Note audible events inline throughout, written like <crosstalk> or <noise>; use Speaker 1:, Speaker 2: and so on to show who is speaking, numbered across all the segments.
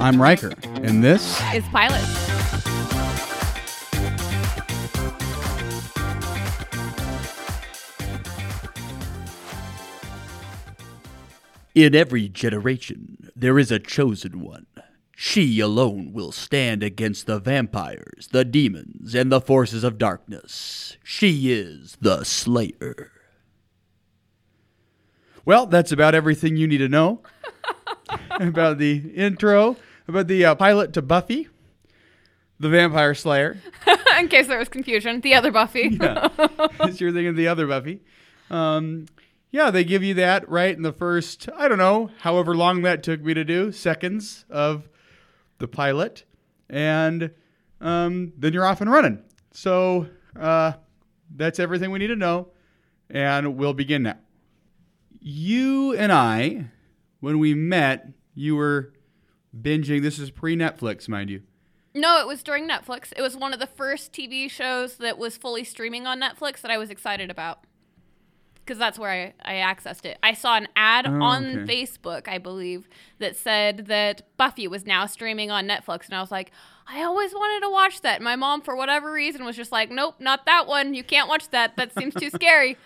Speaker 1: I'm Riker, and this
Speaker 2: is Pilot. <laughs>
Speaker 3: In every generation, there is a chosen one. She alone will stand against the vampires, the demons, and the forces of darkness. She is the Slayer.
Speaker 1: Well, that's about everything you need to know
Speaker 3: <laughs>
Speaker 1: about the intro, about the uh, pilot to Buffy, the Vampire Slayer.
Speaker 2: In case there was confusion, the other
Speaker 1: <laughs>
Speaker 2: Buffy. <laughs>
Speaker 1: Yeah. You're thinking of the other Buffy. Um, yeah, they give you that right in the first, I don't know, however long that took me to do, seconds of the pilot. And um, then you're off and running. So uh, that's everything we need to know. And we'll begin now. You and I, when we met, you were binging. This is pre Netflix, mind you.
Speaker 2: No, it was during Netflix. It was one of the first TV shows that was fully streaming on Netflix that I was excited about. Because that's where I, I accessed it. I saw an ad
Speaker 1: Oh,
Speaker 2: on
Speaker 1: okay.
Speaker 2: Facebook, I believe, that said that Buffy was now streaming on Netflix. And I was like, I always wanted to watch that. And my mom, for whatever reason, was just like, nope, not that one. You can't watch that. That seems
Speaker 1: <laughs>
Speaker 2: too scary.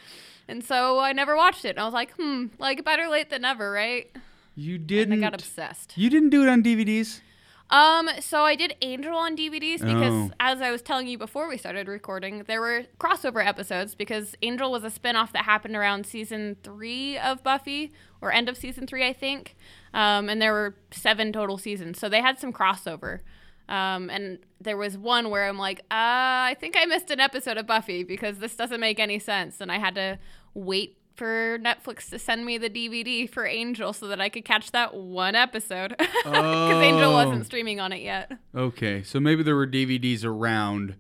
Speaker 2: And so I never watched it. And I was like, hmm, like better late than never, right?
Speaker 1: You
Speaker 2: And I
Speaker 1: didn't.
Speaker 2: got obsessed.
Speaker 1: you didn't do it on DVDs.
Speaker 2: Um, so I did Angel on DVDs because,
Speaker 1: Oh.
Speaker 2: as I was telling you before we started recording, there were crossover episodes because Angel was a spinoff that happened around season three of Buffy or end of season three, I think. Um, and there were seven total seasons, so they had some crossover. Um, and there was one where I'm like, uh, I think I missed an episode of Buffy because this doesn't make any sense, and I had to wait for Netflix to send me the DVD for Angel so that I could catch that one episode <laughs> because Angel
Speaker 1: Oh.
Speaker 2: wasn't streaming on it yet.
Speaker 1: Okay, so maybe there were DVDs around.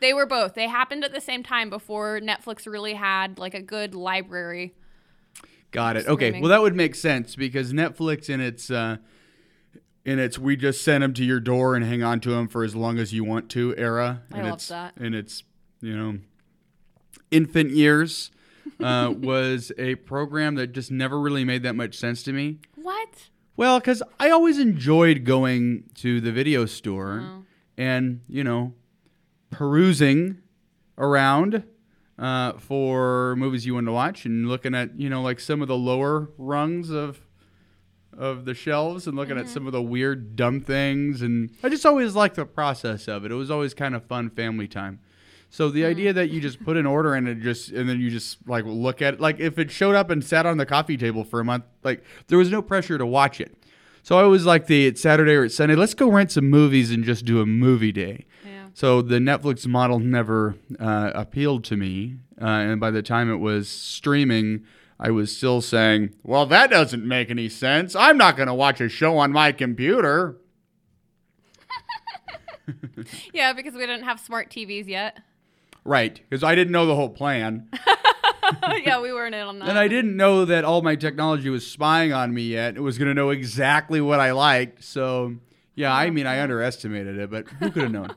Speaker 2: They were both. They happened at the same time before Netflix really had like a good library.
Speaker 1: Got it. Okay,
Speaker 2: Streaming.
Speaker 1: well that would make sense because Netflix in its uh, in its we just send them to your door and hang on to them for as long as you want to era.
Speaker 2: I
Speaker 1: and
Speaker 2: love
Speaker 1: it's,
Speaker 2: that.
Speaker 1: And it's you know infant years
Speaker 2: <laughs>
Speaker 1: uh, was a program that just never really made that much sense to me.
Speaker 2: What?
Speaker 1: Well, because I always enjoyed going to the video store
Speaker 2: Oh.
Speaker 1: and, you know, perusing around uh, for movies you want to watch and looking at, you know, like some of the lower rungs of of the shelves and looking at some of the weird dumb things and I just always liked the process of it. It was always kind of fun family time. So the idea that you just put an order in and it just and then you just like look at it, like if it showed up and sat on the coffee table for a month, like there was no pressure to watch it. So I always like the it's Saturday or it's Sunday, let's go rent some movies and just do a movie day.
Speaker 2: Yeah.
Speaker 1: So the Netflix model never uh, appealed to me, uh, and by the time it was streaming, I was still saying, "Well, that doesn't make any sense. I'm not going to watch a show on my computer."
Speaker 2: Yeah, because we didn't have smart TVs <laughs> yet.
Speaker 1: Right, because I didn't know the whole plan,
Speaker 2: yeah, we weren't in on that.
Speaker 1: and I didn't know that all my technology was spying on me yet. It was going to know exactly what I liked. So, yeah, I mean, I underestimated it, but who could
Speaker 2: <laughs>
Speaker 1: have known?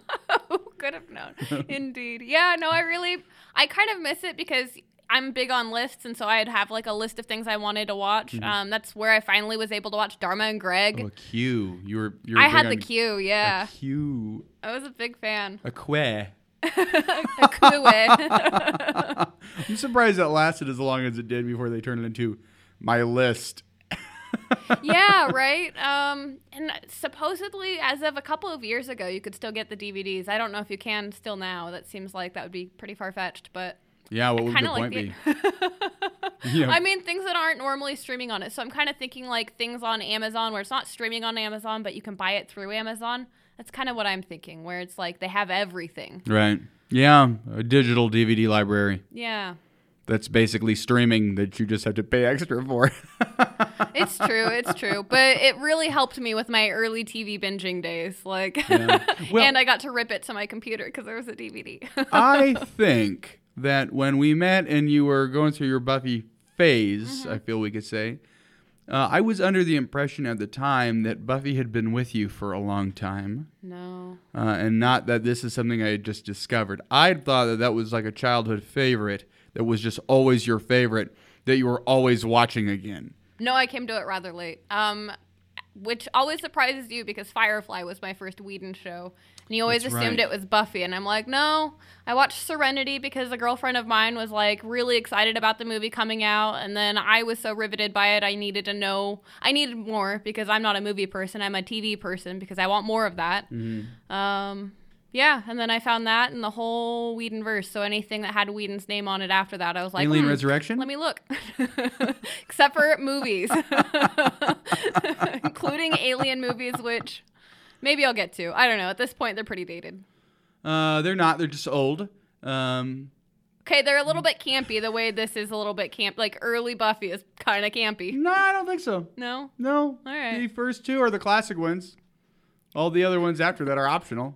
Speaker 2: Who could have
Speaker 1: <laughs>
Speaker 2: known? Indeed. Yeah, no, I really, I kind of miss it because I'm big on lists, and so I'd have like a list of things I wanted to watch. Um, that's where I finally was able to watch Dharma and Greg.
Speaker 1: Mm-hmm. Oh, a Q. You were. You were
Speaker 2: I
Speaker 1: big
Speaker 2: had
Speaker 1: on
Speaker 2: the queue, yeah.
Speaker 1: A Q.
Speaker 2: I was a big fan. <laughs>
Speaker 1: A que.
Speaker 2: A <laughs> coup.
Speaker 1: I'm surprised that lasted as long as it did before they turned it into my list.
Speaker 2: yeah, right. Um, and supposedly, as of a couple of years ago, you could still get the DVDs. I don't know if you can still now. That seems like that would be pretty far fetched, but
Speaker 1: Yeah, what would
Speaker 2: kind
Speaker 1: the
Speaker 2: of like
Speaker 1: point
Speaker 2: the.
Speaker 1: be?
Speaker 2: <laughs>
Speaker 1: <laughs> Yeah.
Speaker 2: I mean, things that aren't normally streaming on it. So I'm kind of thinking like things on Amazon where it's not streaming on Amazon, but you can buy it through Amazon. That's kind of what I'm thinking, where it's like they have everything.
Speaker 1: right. Yeah, a digital DVD library
Speaker 2: Yeah.
Speaker 1: that's basically streaming that you just have to pay extra for. <laughs>
Speaker 2: It's true. It's true. But it really helped me with my early TV binging days. Like, <laughs>
Speaker 1: Well-
Speaker 2: and I got to rip it to my computer because there was a <laughs> DVD.
Speaker 1: I think that when we met and you were going through your Buffy phase,
Speaker 2: Mm-hmm.
Speaker 1: I feel we could say, uh, I was under the impression at the time that Buffy had been with you for a long time.
Speaker 2: no.
Speaker 1: uh, and not that this is something I had just discovered. I had thought that that was like a childhood favorite that was just always your favorite that you were always watching again.
Speaker 2: No, I came to it rather late. Um, which always surprises you because Firefly was my first Whedon show. And you always
Speaker 1: That's
Speaker 2: assumed
Speaker 1: right.
Speaker 2: it was Buffy. And I'm like, no, I watched Serenity because a girlfriend of mine was like really excited about the movie coming out. And then I was so riveted by it, I needed to know, I needed more because I'm not a movie person. I'm a TV person because I want more of that.
Speaker 1: Mm-hmm.
Speaker 2: Um, yeah, and then I found that in the whole Whedon verse. So anything that had Whedon's name on it after that, I was like,
Speaker 1: Alien
Speaker 2: hmm,
Speaker 1: Resurrection?
Speaker 2: Let me look. <laughs> Except for movies, <laughs> including Alien movies, which maybe I'll get to. I don't know. At this point, they're pretty dated.
Speaker 1: Uh, they're not. They're just old. Um,
Speaker 2: Okay, they're a little bit campy. The way this is a little bit camp, like early Buffy is kind of campy.
Speaker 1: no, I don't think so.
Speaker 2: No,
Speaker 1: No.
Speaker 2: All right.
Speaker 1: The first two are the classic ones. All the other ones after that are optional.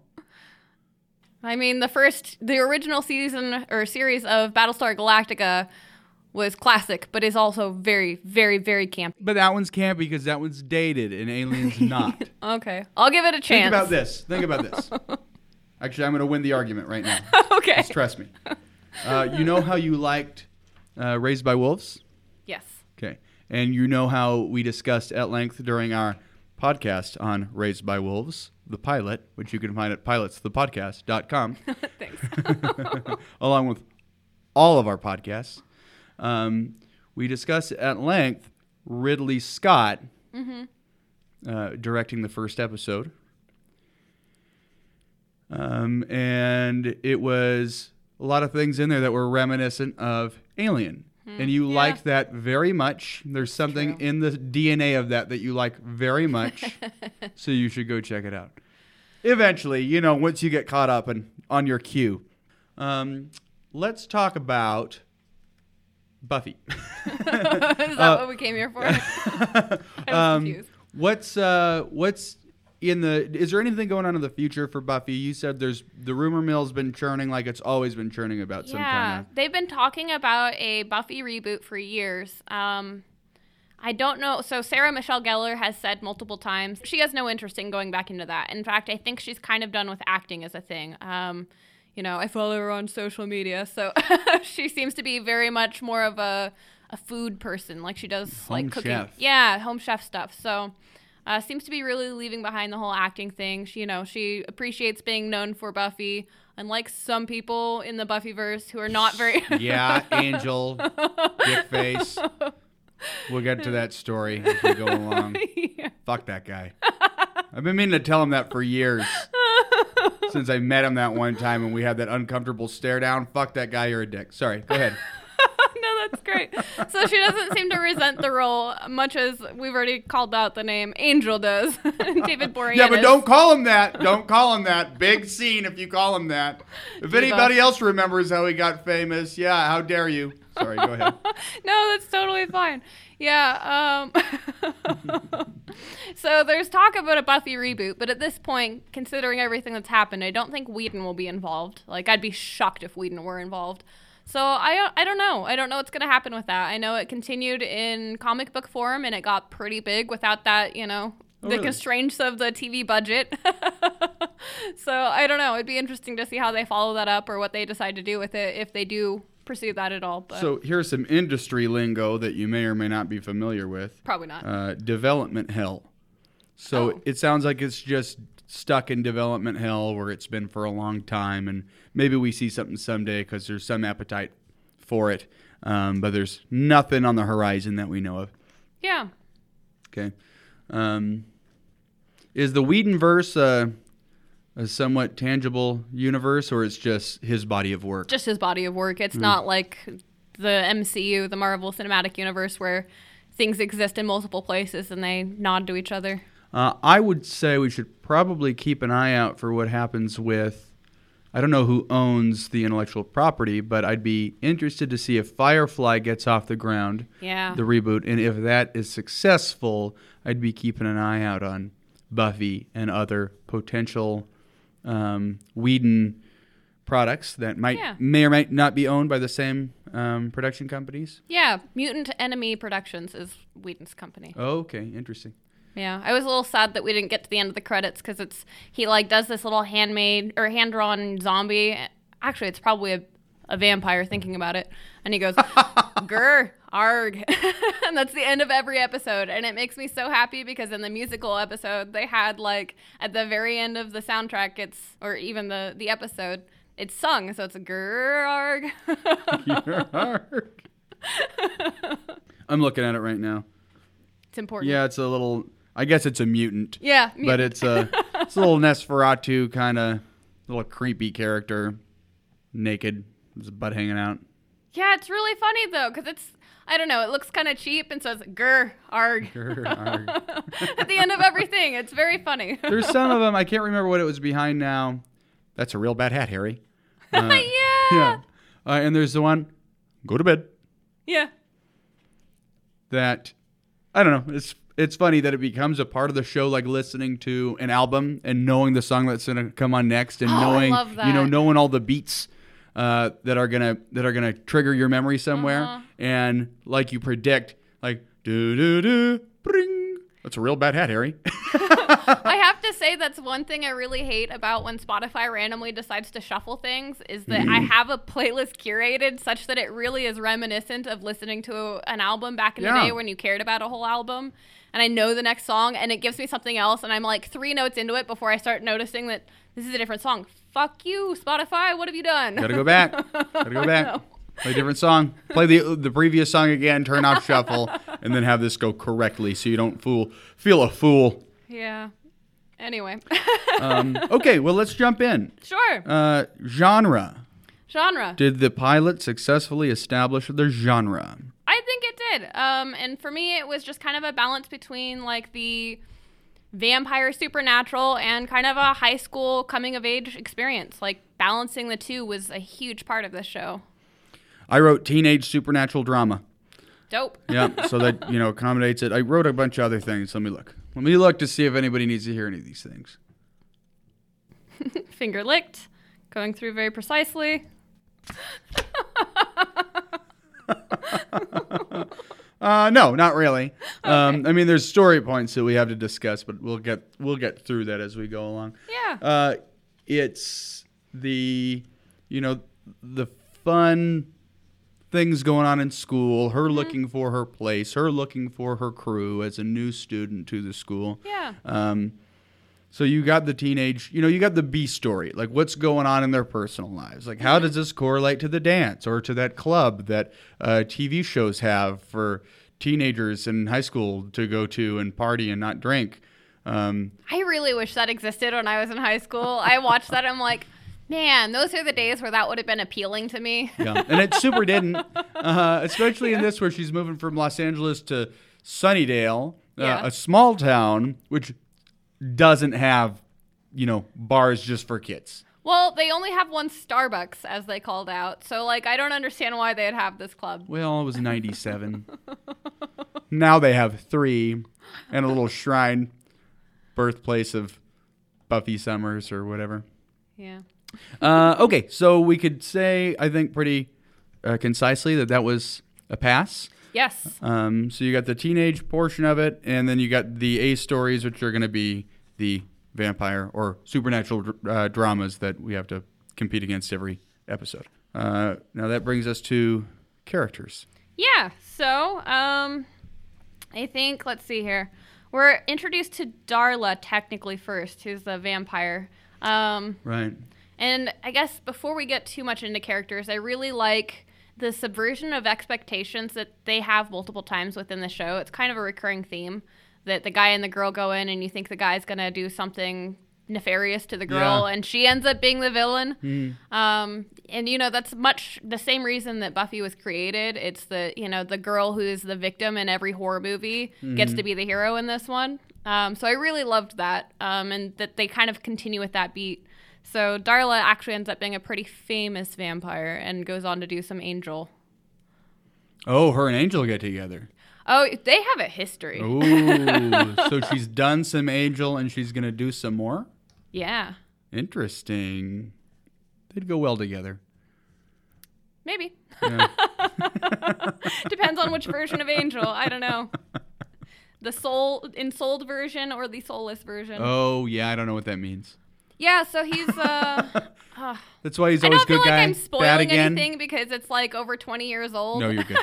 Speaker 2: I mean the first, the original season or series of Battlestar Galactica was classic, but is also very, very, very campy.
Speaker 1: But that one's campy because that one's dated
Speaker 2: <laughs>
Speaker 1: and Alien's not.
Speaker 2: Okay. I'll give it a
Speaker 1: Think
Speaker 2: chance.
Speaker 1: about this. Think about
Speaker 2: <laughs>
Speaker 1: this. Actually, I'm going to win the argument right now.
Speaker 2: okay.
Speaker 1: Just trust me. Uh, you know how you liked uh, Raised by Wolves?
Speaker 2: Yes. <laughs>
Speaker 1: Okay. And you know how we discussed at length during our podcast on Raised by Wolves, the pilot, which you can find at pilotsthepodcast.com,
Speaker 2: Thanks. <laughs>
Speaker 1: <laughs> along with all of our podcasts. Um, we discussed at length Ridley Scott uh, directing the first episode. Um, and it was a lot of things in there that were reminiscent of Alien. And you
Speaker 2: yeah.
Speaker 1: liked that very much. There's something
Speaker 2: True.
Speaker 1: in the DNA of that that you
Speaker 2: <laughs>
Speaker 1: like very much. so you should go check it out. Eventually, you know, once you get caught up and on your cue. Um, let's talk about Buffy. <laughs>
Speaker 2: Is that
Speaker 1: Uh,
Speaker 2: what we came here for? <laughs>
Speaker 1: <laughs>
Speaker 2: I was confused.
Speaker 1: Um, What's uh what's in the is there anything going on in the future for Buffy? You said there's the rumor mill's been churning like it's always been churning about some
Speaker 2: yeah,
Speaker 1: kind
Speaker 2: they've been talking about a Buffy reboot for years. Um, I don't know. So Sarah Michelle Gellar has said multiple times she has no interest in going back into that. In fact, I think she's kind of done with acting as a thing. Um, you know, I follow her on social media, so <laughs> she seems to be very much more of a a food person. Like she does
Speaker 1: Home
Speaker 2: like cooking.
Speaker 1: chef.
Speaker 2: Yeah, home chef stuff. So. Uh, seems to be really leaving behind the whole acting thing. She, you know, she appreciates being known for Buffy, unlike some people in the Buffyverse who are not very.
Speaker 1: of. <laughs> Yeah, Angel, dick face. We'll get to that story as we
Speaker 2: <laughs>
Speaker 1: go along.
Speaker 2: <laughs> Yeah.
Speaker 1: Fuck that guy. I've been meaning to tell him that for years. Since I met him that one time and we had that uncomfortable stare down. Fuck that guy, you're a dick. Sorry, go ahead.
Speaker 2: no, that's great. So she doesn't seem to resent the role, much as we've already called out the name Angel does. <laughs> David Boreanaz.
Speaker 1: Yeah, but don't call him that. Don't call him that. Big scene if you call him that. If anybody else remembers how he got famous, yeah, how dare you? Sorry, go ahead.
Speaker 2: no, that's totally fine. Yeah. Um, <laughs> so there's talk about a Buffy reboot, but at this point, considering everything that's happened, I don't think Whedon will be involved. Like, I'd be shocked if Whedon were involved. So I, I don't know. I don't know what's going to happen with that. I know it continued in comic book form and it got pretty big without that, you know, the
Speaker 1: really?
Speaker 2: constraints of the TV budget. <laughs> so I don't know. It'd be interesting to see how they follow that up or what they decide to do with it if they do pursue that at all. But
Speaker 1: So here's some industry lingo that you may or may not be familiar with
Speaker 2: probably not.
Speaker 1: uh, development hell. So
Speaker 2: Oh.
Speaker 1: it sounds like it's just stuck in development hell where it's been for a long time. And maybe we see something someday because there's some appetite for it. Um, but there's nothing on the horizon that we know of.
Speaker 2: Yeah.
Speaker 1: Okay. Um, is the Whedonverse a, a somewhat tangible universe, or it's just his body of work?
Speaker 2: Just his body of work. It's not like the MCU, the Marvel Cinematic Universe, where things exist in multiple places and they nod to each other.
Speaker 1: Uh, I would say we should probably keep an eye out for what happens with. I don't know who owns the intellectual property, but I'd be interested to see if Firefly gets off the ground,
Speaker 2: Yeah.
Speaker 1: the reboot, and if that is successful, I'd be keeping an eye out on Buffy and other potential um, Whedon products that might
Speaker 2: Yeah.
Speaker 1: may or might not be owned by the same um, production companies.
Speaker 2: yeah. Mutant Enemy Productions is Whedon's company.
Speaker 1: Okay, interesting.
Speaker 2: Yeah, I was a little sad that we didn't get to the end of the credits because it's he like does this little handmade or hand drawn
Speaker 1: <laughs>
Speaker 2: zombie. Actually, it's probably a, a vampire thinking about it, and he goes, "Grr, Arg. <laughs> and that's the end of every episode. And it makes me so happy because in the musical episode, they had like at the very end of the soundtrack, it's, or even the, the episode, it's sung. So it's a grrr arg. <laughs>
Speaker 1: Your <laughs> arc. I'm looking at it right now.
Speaker 2: it's important.
Speaker 1: Yeah, it's a little. I guess it's a mutant.
Speaker 2: Yeah.
Speaker 1: but it's a it's a little Nesferatu kind of little creepy character, naked, his butt hanging out.
Speaker 2: yeah, it's really funny though because it's, I don't know, it looks kind of cheap. And so it's grrr arg. <laughs> at the end of everything. It's very funny. <laughs>
Speaker 1: There's some of them I can't remember what it was behind now. That's a real bad
Speaker 2: <laughs>
Speaker 1: hat, Harry. Uh,
Speaker 2: yeah.
Speaker 1: yeah, uh, and there's the one, go to bed.
Speaker 2: Yeah.
Speaker 1: That I don't know. It's it's funny that it becomes a part of the show, like listening to an album and knowing the song that's gonna come on next, and
Speaker 2: Oh, I
Speaker 1: knowing
Speaker 2: love
Speaker 1: you know
Speaker 2: that.
Speaker 1: knowing all the beats uh, that are gonna that are gonna trigger your memory somewhere,
Speaker 2: Uh-huh.
Speaker 1: and like you predict, like do do do, bring. That's a real bad
Speaker 2: <laughs>
Speaker 1: hat, Harry.
Speaker 2: I have to say that's one thing I really hate about when Spotify randomly decides to shuffle things is that
Speaker 1: Mm-hmm.
Speaker 2: I have a playlist curated such that it really is reminiscent of listening to an album back in
Speaker 1: Yeah.
Speaker 2: the day when you cared about a whole album. And I know the next song and it gives me something else and I'm like 3 notes into it before I start noticing that this is a different song. Fuck you, Spotify. What have you done?
Speaker 1: Gotta go back. Gotta
Speaker 2: <laughs>
Speaker 1: go back.
Speaker 2: know.
Speaker 1: Play a different song. Play the the previous song again. Turn off
Speaker 2: <laughs>
Speaker 1: shuffle, and then have this go correctly so you don't fool feel a fool.
Speaker 2: <laughs> yeah. Anyway. <laughs>
Speaker 1: Um, okay, well let's jump in.
Speaker 2: sure.
Speaker 1: Uh, genre.
Speaker 2: Genre.
Speaker 1: Did the pilot successfully establish their genre?
Speaker 2: I think it did. Um, and for me, it was just kind of a balance between like the vampire supernatural and kind of a high school coming of age experience. Like balancing the two was a huge part of this show.
Speaker 1: I wrote teenage supernatural drama. <laughs>
Speaker 2: Dope.
Speaker 1: Yeah, so that you know accommodates it. I wrote a bunch of other things. Let me look. Let me look to see if anybody needs to hear any of these things.
Speaker 2: Finger licked, going through very precisely.
Speaker 1: Uh, no, not really. Um, I mean, there's story points that we have to discuss, but we'll get we'll get through that as we go along.
Speaker 2: Yeah.
Speaker 1: Uh, it's the, you know, the fun things going on in school, her looking for her place, her looking for her crew as a new student to the school.
Speaker 2: yeah.
Speaker 1: Um, so you got the teenage, you know, you got the B story, like what's going on in their personal lives. Like, how does this correlate to the dance or to that club that uh, TV shows have for teenagers in high school to go to and party and not drink? Um,
Speaker 2: I really wish that existed when I was in high school. I watched that. I'm like, man, those are the days where that would have been appealing to me.
Speaker 1: Yeah, and it super didn't, uh, especially in this where she's moving from Los Angeles to Sunnydale, uh,
Speaker 2: Yeah.
Speaker 1: a small town which doesn't have, you know, bars just for kids.
Speaker 2: <laughs> Well, they only have one Starbucks, as they called out. So, like, I don't understand why they'd have this club.
Speaker 1: Well, it was '97. now they have three, and a little shrine, birthplace of Buffy Summers or whatever.
Speaker 2: Yeah.
Speaker 1: Uh, okay, so we could say I think pretty uh, concisely that that was a pass.
Speaker 2: Yes.
Speaker 1: Um, so you got the teenage portion of it, and then you got the A stories, which are going to be the vampire or supernatural dr- uh, dramas that we have to compete against every episode. Uh, now that brings us to characters.
Speaker 2: Yeah. So, um, I think let's see here. We're introduced to Darla technically first, who's the vampire. Um,
Speaker 1: Right.
Speaker 2: and I guess before we get too much into characters, I really like the subversion of expectations that they have multiple times within the show. It's kind of a recurring theme that the guy and the girl go in, and you think the guy's gonna do something nefarious to the girl,
Speaker 1: Yeah.
Speaker 2: and she ends up being the villain. Um, and you know that's much the same reason that Buffy was created. It's the you know the girl who is the victim in every horror movie gets to be the hero in this one. Um, so I really loved that, um, and that they kind of continue with that beat. So Darla actually ends up being a pretty famous vampire and goes on to do some angel.
Speaker 1: Oh, her and Angel
Speaker 2: <laughs>
Speaker 1: get together.
Speaker 2: Oh, they have a history.
Speaker 1: Ooh. so she's done some Angel, and she's going to do some more.
Speaker 2: Yeah,
Speaker 1: Interesting. They'd go well together.
Speaker 2: maybe.
Speaker 1: Yeah.
Speaker 2: <laughs> Depends on which version of angel. I don't know. The soul ensouled version or the soulless version.
Speaker 1: Oh yeah, I don't know what that means.
Speaker 2: Yeah, so he's uh ah.
Speaker 1: That's why he's
Speaker 2: I
Speaker 1: always
Speaker 2: don't feel like
Speaker 1: good guy,
Speaker 2: I'm
Speaker 1: bad
Speaker 2: spoiling
Speaker 1: again.
Speaker 2: <laughs> anything because it's like over 20 years old.
Speaker 1: No, you're good.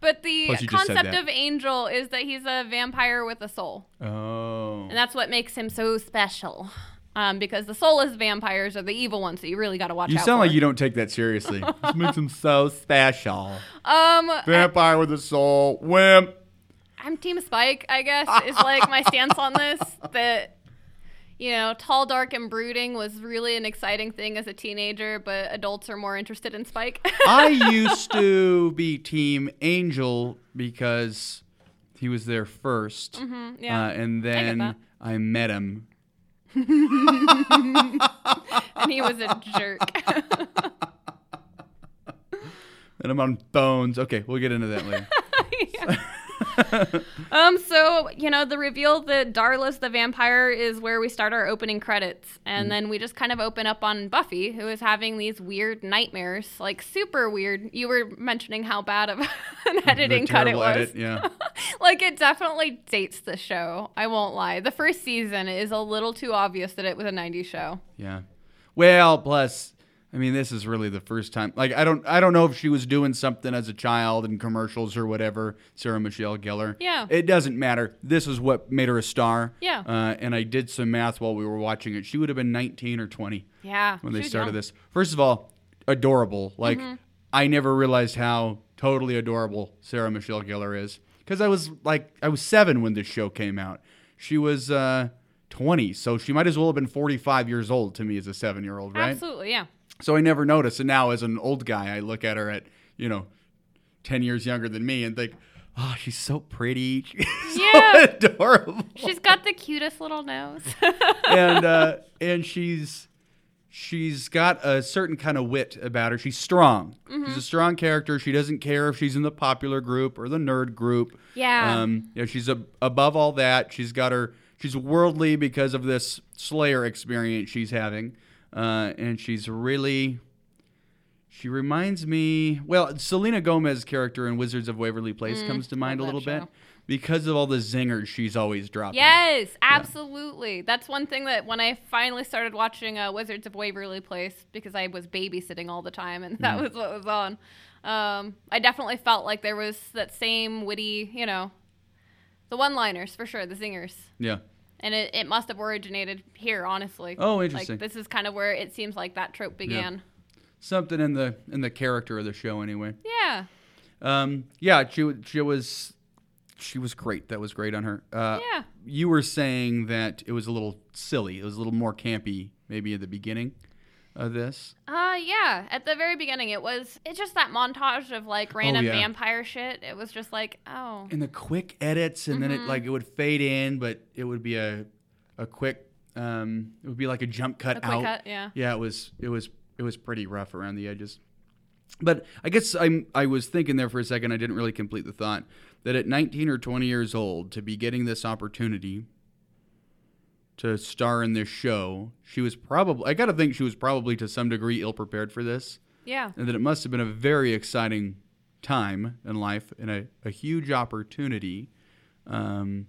Speaker 2: But the
Speaker 1: Plus you just said
Speaker 2: concept
Speaker 1: that.
Speaker 2: of Angel is that he's a vampire with a soul.
Speaker 1: Oh.
Speaker 2: And that's what makes him so special. Um, because the soulless vampires are the evil ones that you really got to watch
Speaker 1: You
Speaker 2: out
Speaker 1: sound
Speaker 2: for.
Speaker 1: like you don't take
Speaker 2: <laughs>
Speaker 1: that seriously. this makes him so special.
Speaker 2: Um, I,
Speaker 1: Vampire with a soul, wimp.
Speaker 2: am Team Spike, I guess, is like my stance on
Speaker 1: <laughs>
Speaker 2: this. That, you know, tall, dark, and brooding was really an exciting thing as a teenager, but adults are more interested in Spike. <laughs>
Speaker 1: I used to be Team Angel because he was there 1st
Speaker 2: Mm-hmm. yeah.
Speaker 1: uh, and then
Speaker 2: that.
Speaker 1: I met him. Uh.
Speaker 2: and he was a jerk.
Speaker 1: And I'm on phones. Okay, we'll get into that
Speaker 2: <laughs>
Speaker 1: later.
Speaker 2: Um, so you know, the reveal that Darla's the vampire is where we start our opening credits, and
Speaker 1: Mm.
Speaker 2: then we just kind of open up on Buffy, who is having these weird nightmares, like super weird. You were mentioning how bad of <laughs> an editing
Speaker 1: The
Speaker 2: cut it
Speaker 1: terrible
Speaker 2: was. <laughs>
Speaker 1: edit, Yeah.
Speaker 2: like it definitely dates the show. I won't lie. The first season is a little too obvious that it was a '90s show.
Speaker 1: Yeah. Well, plus, I mean, this is really the first time. Like, I don't, I don't know if she was doing something as a child in commercials or whatever. Sarah Michelle Gellar.
Speaker 2: Yeah.
Speaker 1: It doesn't matter. This is what made her a star.
Speaker 2: Yeah.
Speaker 1: Uh, and I did some math while we were watching it. She would have been 19 or 20
Speaker 2: Yeah.
Speaker 1: when
Speaker 2: she
Speaker 1: they
Speaker 2: was
Speaker 1: started
Speaker 2: young.
Speaker 1: this. First of all, adorable. Like, I never realized how totally adorable Sarah Michelle Gellar is because I was like, I was seven when this show came out. She was uh, 20, so she might as well have been 45 years old to me as a seven year old, right?
Speaker 2: Absolutely, yeah.
Speaker 1: So I never noticed. And now, as an old guy, I look at her at, you know, 10 years younger than me and think, oh, she's so pretty. <laughs> She's
Speaker 2: Yeah.
Speaker 1: so adorable
Speaker 2: She's got the cutest little nose. <laughs>
Speaker 1: and uh, and she's she's got a certain kind of wit about her. She's strong.
Speaker 2: Mm-hmm.
Speaker 1: She's a strong character. She doesn't care if she's in the popular group or the nerd group.
Speaker 2: Yeah.
Speaker 1: Um, you know, she's ab above all that. She's got her. She's worldly because of this Slayer experience she's having, uh, and she's really. She reminds me. Well, Selena Gomez's character in Wizards of Waverly Place comes to mind a
Speaker 2: Mm, love that
Speaker 1: little
Speaker 2: show.
Speaker 1: bit because of all the zingers she's always dropping.
Speaker 2: Yes, absolutely. That's one thing that when I finally started watching uh, Wizards of Waverly Place, because I was babysitting all the time and <laughs>
Speaker 1: Mm.
Speaker 2: that was what was on, um, I definitely felt like there was that same witty, you know, the one liners for sure, the zingers.
Speaker 1: Yeah.
Speaker 2: And it, it must have originated here, honestly.
Speaker 1: Oh, interesting.
Speaker 2: Like, this is kind of where it seems like that trope began.
Speaker 1: something in the in the character of the show anyway.
Speaker 2: Yeah.
Speaker 1: Um, yeah, she wa- she was she was great. That was great on her. Uh,
Speaker 2: Yeah.
Speaker 1: You were saying that it was a little silly. It was a little more campy maybe at the beginning of this.
Speaker 2: Uh yeah, at the very beginning it was it's just that montage of like random
Speaker 1: Oh, yeah.
Speaker 2: vampire shit. It was just like, oh.
Speaker 1: And the quick edits, and then it
Speaker 2: Mm-hmm.
Speaker 1: like it would fade in, but it would be a a quick. Um, it would be like a jump cut
Speaker 2: A quick
Speaker 1: out.
Speaker 2: cut, yeah.
Speaker 1: Yeah, it was it was it was pretty rough around the edges. But I guess I'm I was thinking there for a second. I didn't really complete the thought that at 19 or 20 years old to be getting this opportunity to star in this show, she was probably I got to think she was probably to some degree ill prepared for this,
Speaker 2: Yeah.
Speaker 1: and that it must have been a very exciting time in life and a, a huge opportunity um,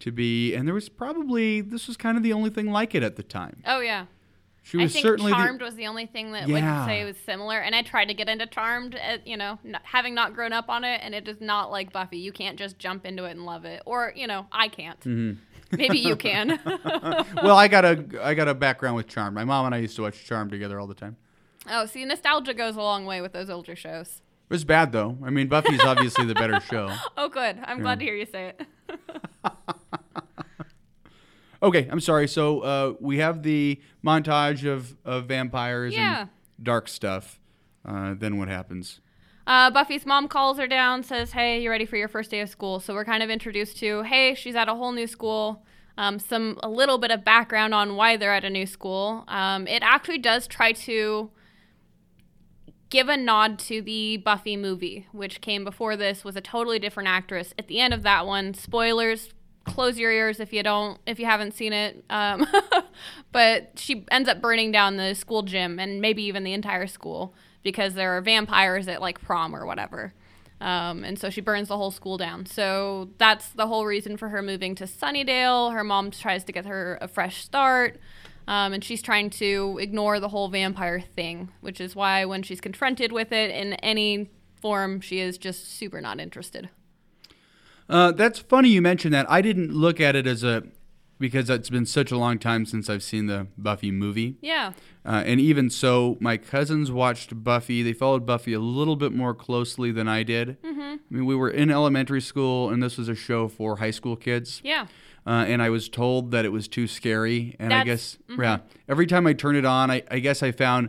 Speaker 1: to be. And there was probably this was kind of the only thing like it at the time.
Speaker 2: Oh yeah.
Speaker 1: She
Speaker 2: I
Speaker 1: was
Speaker 2: think
Speaker 1: certainly the-
Speaker 2: Charmed was the only thing that we
Speaker 1: Yeah.
Speaker 2: could say was similar, and I tried to get into Charmed, uh, you know, n having not grown up on it, and it is not like Buffy. You can't just jump into it and love it, or you know, I can't.
Speaker 1: Mm-hmm.
Speaker 2: <laughs> Maybe
Speaker 1: <laughs>
Speaker 2: you can.
Speaker 1: well, I got a I got a background with Charmed. My mom and I used to watch Charmed together all the time.
Speaker 2: oh, see, nostalgia goes a long way with those older shows.
Speaker 1: It was bad though. I mean, Buffy's obviously the better show.
Speaker 2: Oh, good. I'm glad to hear you say it.
Speaker 1: Okay, I'm sorry. So uh, we have the montage of of vampires
Speaker 2: Yeah.
Speaker 1: and dark stuff. Uh, then what happens?
Speaker 2: Uh, Buffy's mom calls her down, says, "Hey, you ready for your first day of school?" So we're kind of introduced to, "Hey, she's at a whole new school." Um, some a little bit of background on why they're at a new school. Um, it actually does try to give a nod to the Buffy movie, which came before this, was a totally different actress. At the end of that one, spoilers. Close your ears if you don't, if you haven't seen it. Um, <laughs> but she ends up burning down the school gym and maybe even the entire school because there are vampires at like prom or whatever. Um, and so she burns the whole school down. So that's the whole reason for her moving to Sunnydale. Her mom tries to get her a fresh start. Um, and she's trying to ignore the whole vampire thing, which is why when she's confronted with it in any form. She is just super not interested.
Speaker 1: Uh, that's funny you mentioned that. I didn't look at it as a because it's been such a long time since I've seen the Buffy movie.
Speaker 2: Yeah.
Speaker 1: Uh, and even so, my cousins watched Buffy. They followed Buffy a little bit more closely than I did. Mm-hmm. I mean, we were in elementary school, and this was a show for high school kids. <laughs>
Speaker 2: Yeah.
Speaker 1: Uh, and I was told that it was too scary. And I
Speaker 2: That's- mm-hmm.
Speaker 1: guess, yeah, every time I turned it on, I, I guess I found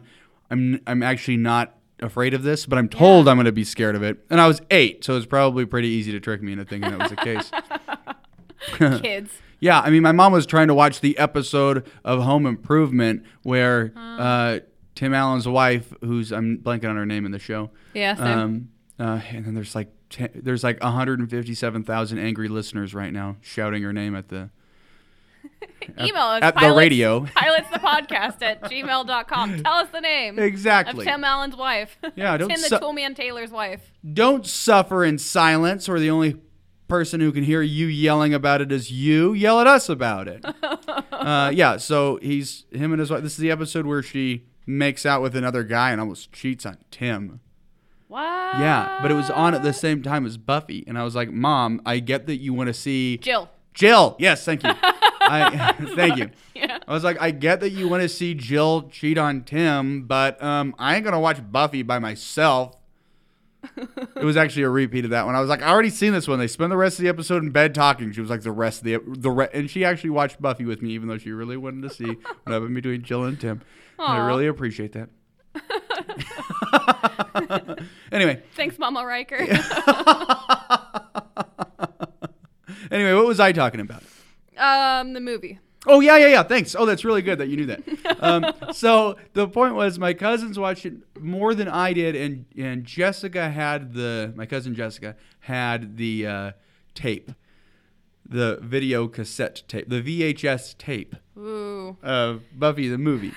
Speaker 1: I'm I'm actually not afraid of this, but I'm told I'm going to be scared of it. And I was eight, so it's probably pretty easy to trick me into thinking that was
Speaker 2: <laughs>
Speaker 1: the case.
Speaker 2: Kids.
Speaker 1: Yeah, I mean, my mom was trying to watch the episode of Home Improvement where uh, Tim Allen's wife, who's I'm blanking on her name in the show.
Speaker 2: Yeah, same.
Speaker 1: Um, uh, and then there's like ten, there's like 157,000 angry listeners right now shouting her name at the
Speaker 2: Email us
Speaker 1: at the
Speaker 2: pilots-
Speaker 1: radio.
Speaker 2: <laughs> Pilots the podcast at
Speaker 1: <laughs>
Speaker 2: gmail.com. Tell us the name of
Speaker 1: exactly.
Speaker 2: Tim Allen's wife.
Speaker 1: Yeah,
Speaker 2: <laughs>
Speaker 1: don't
Speaker 2: Tim the
Speaker 1: su-
Speaker 2: Toolman Taylor's wife.
Speaker 1: Don't suffer in silence, or the only person who can hear you yelling about it is you. Yell at us about it. uh, yeah, so he's him and his wife. This is the episode where she makes out with another guy and almost cheats on Tim.
Speaker 2: What?
Speaker 1: Yeah, but it was on at the same time as Buffy, and I was like, "Mom, I get that you want to see
Speaker 2: Jill.
Speaker 1: Jill. Yes, thank you. I, <laughs> thank you.
Speaker 2: <laughs> Yeah.
Speaker 1: I was like, I get that you want to see Jill cheat on Tim, but um, I ain't gonna watch Buffy by myself. it was actually a repeat of that one. I was like, I already seen this one. They spend the rest of the episode in bed talking. She was like, the rest of the the re-, and she actually watched Buffy with me, even though she really wanted to see what happened between Jill and Tim. And I
Speaker 2: Aw.
Speaker 1: really appreciate that. <laughs> anyway,
Speaker 2: Thanks, Mama Riker.
Speaker 1: anyway, what was I talking about?
Speaker 2: <laughs> Um, the movie.
Speaker 1: Oh yeah, yeah, yeah. Thanks. Oh, that's really good that you knew that. Um, so the point was, my cousins watched it more than I did, and and Jessica had the my cousin Jessica had the uh, tape, the video cassette tape, the VHS tape
Speaker 2: Ooh.
Speaker 1: of Buffy the movie.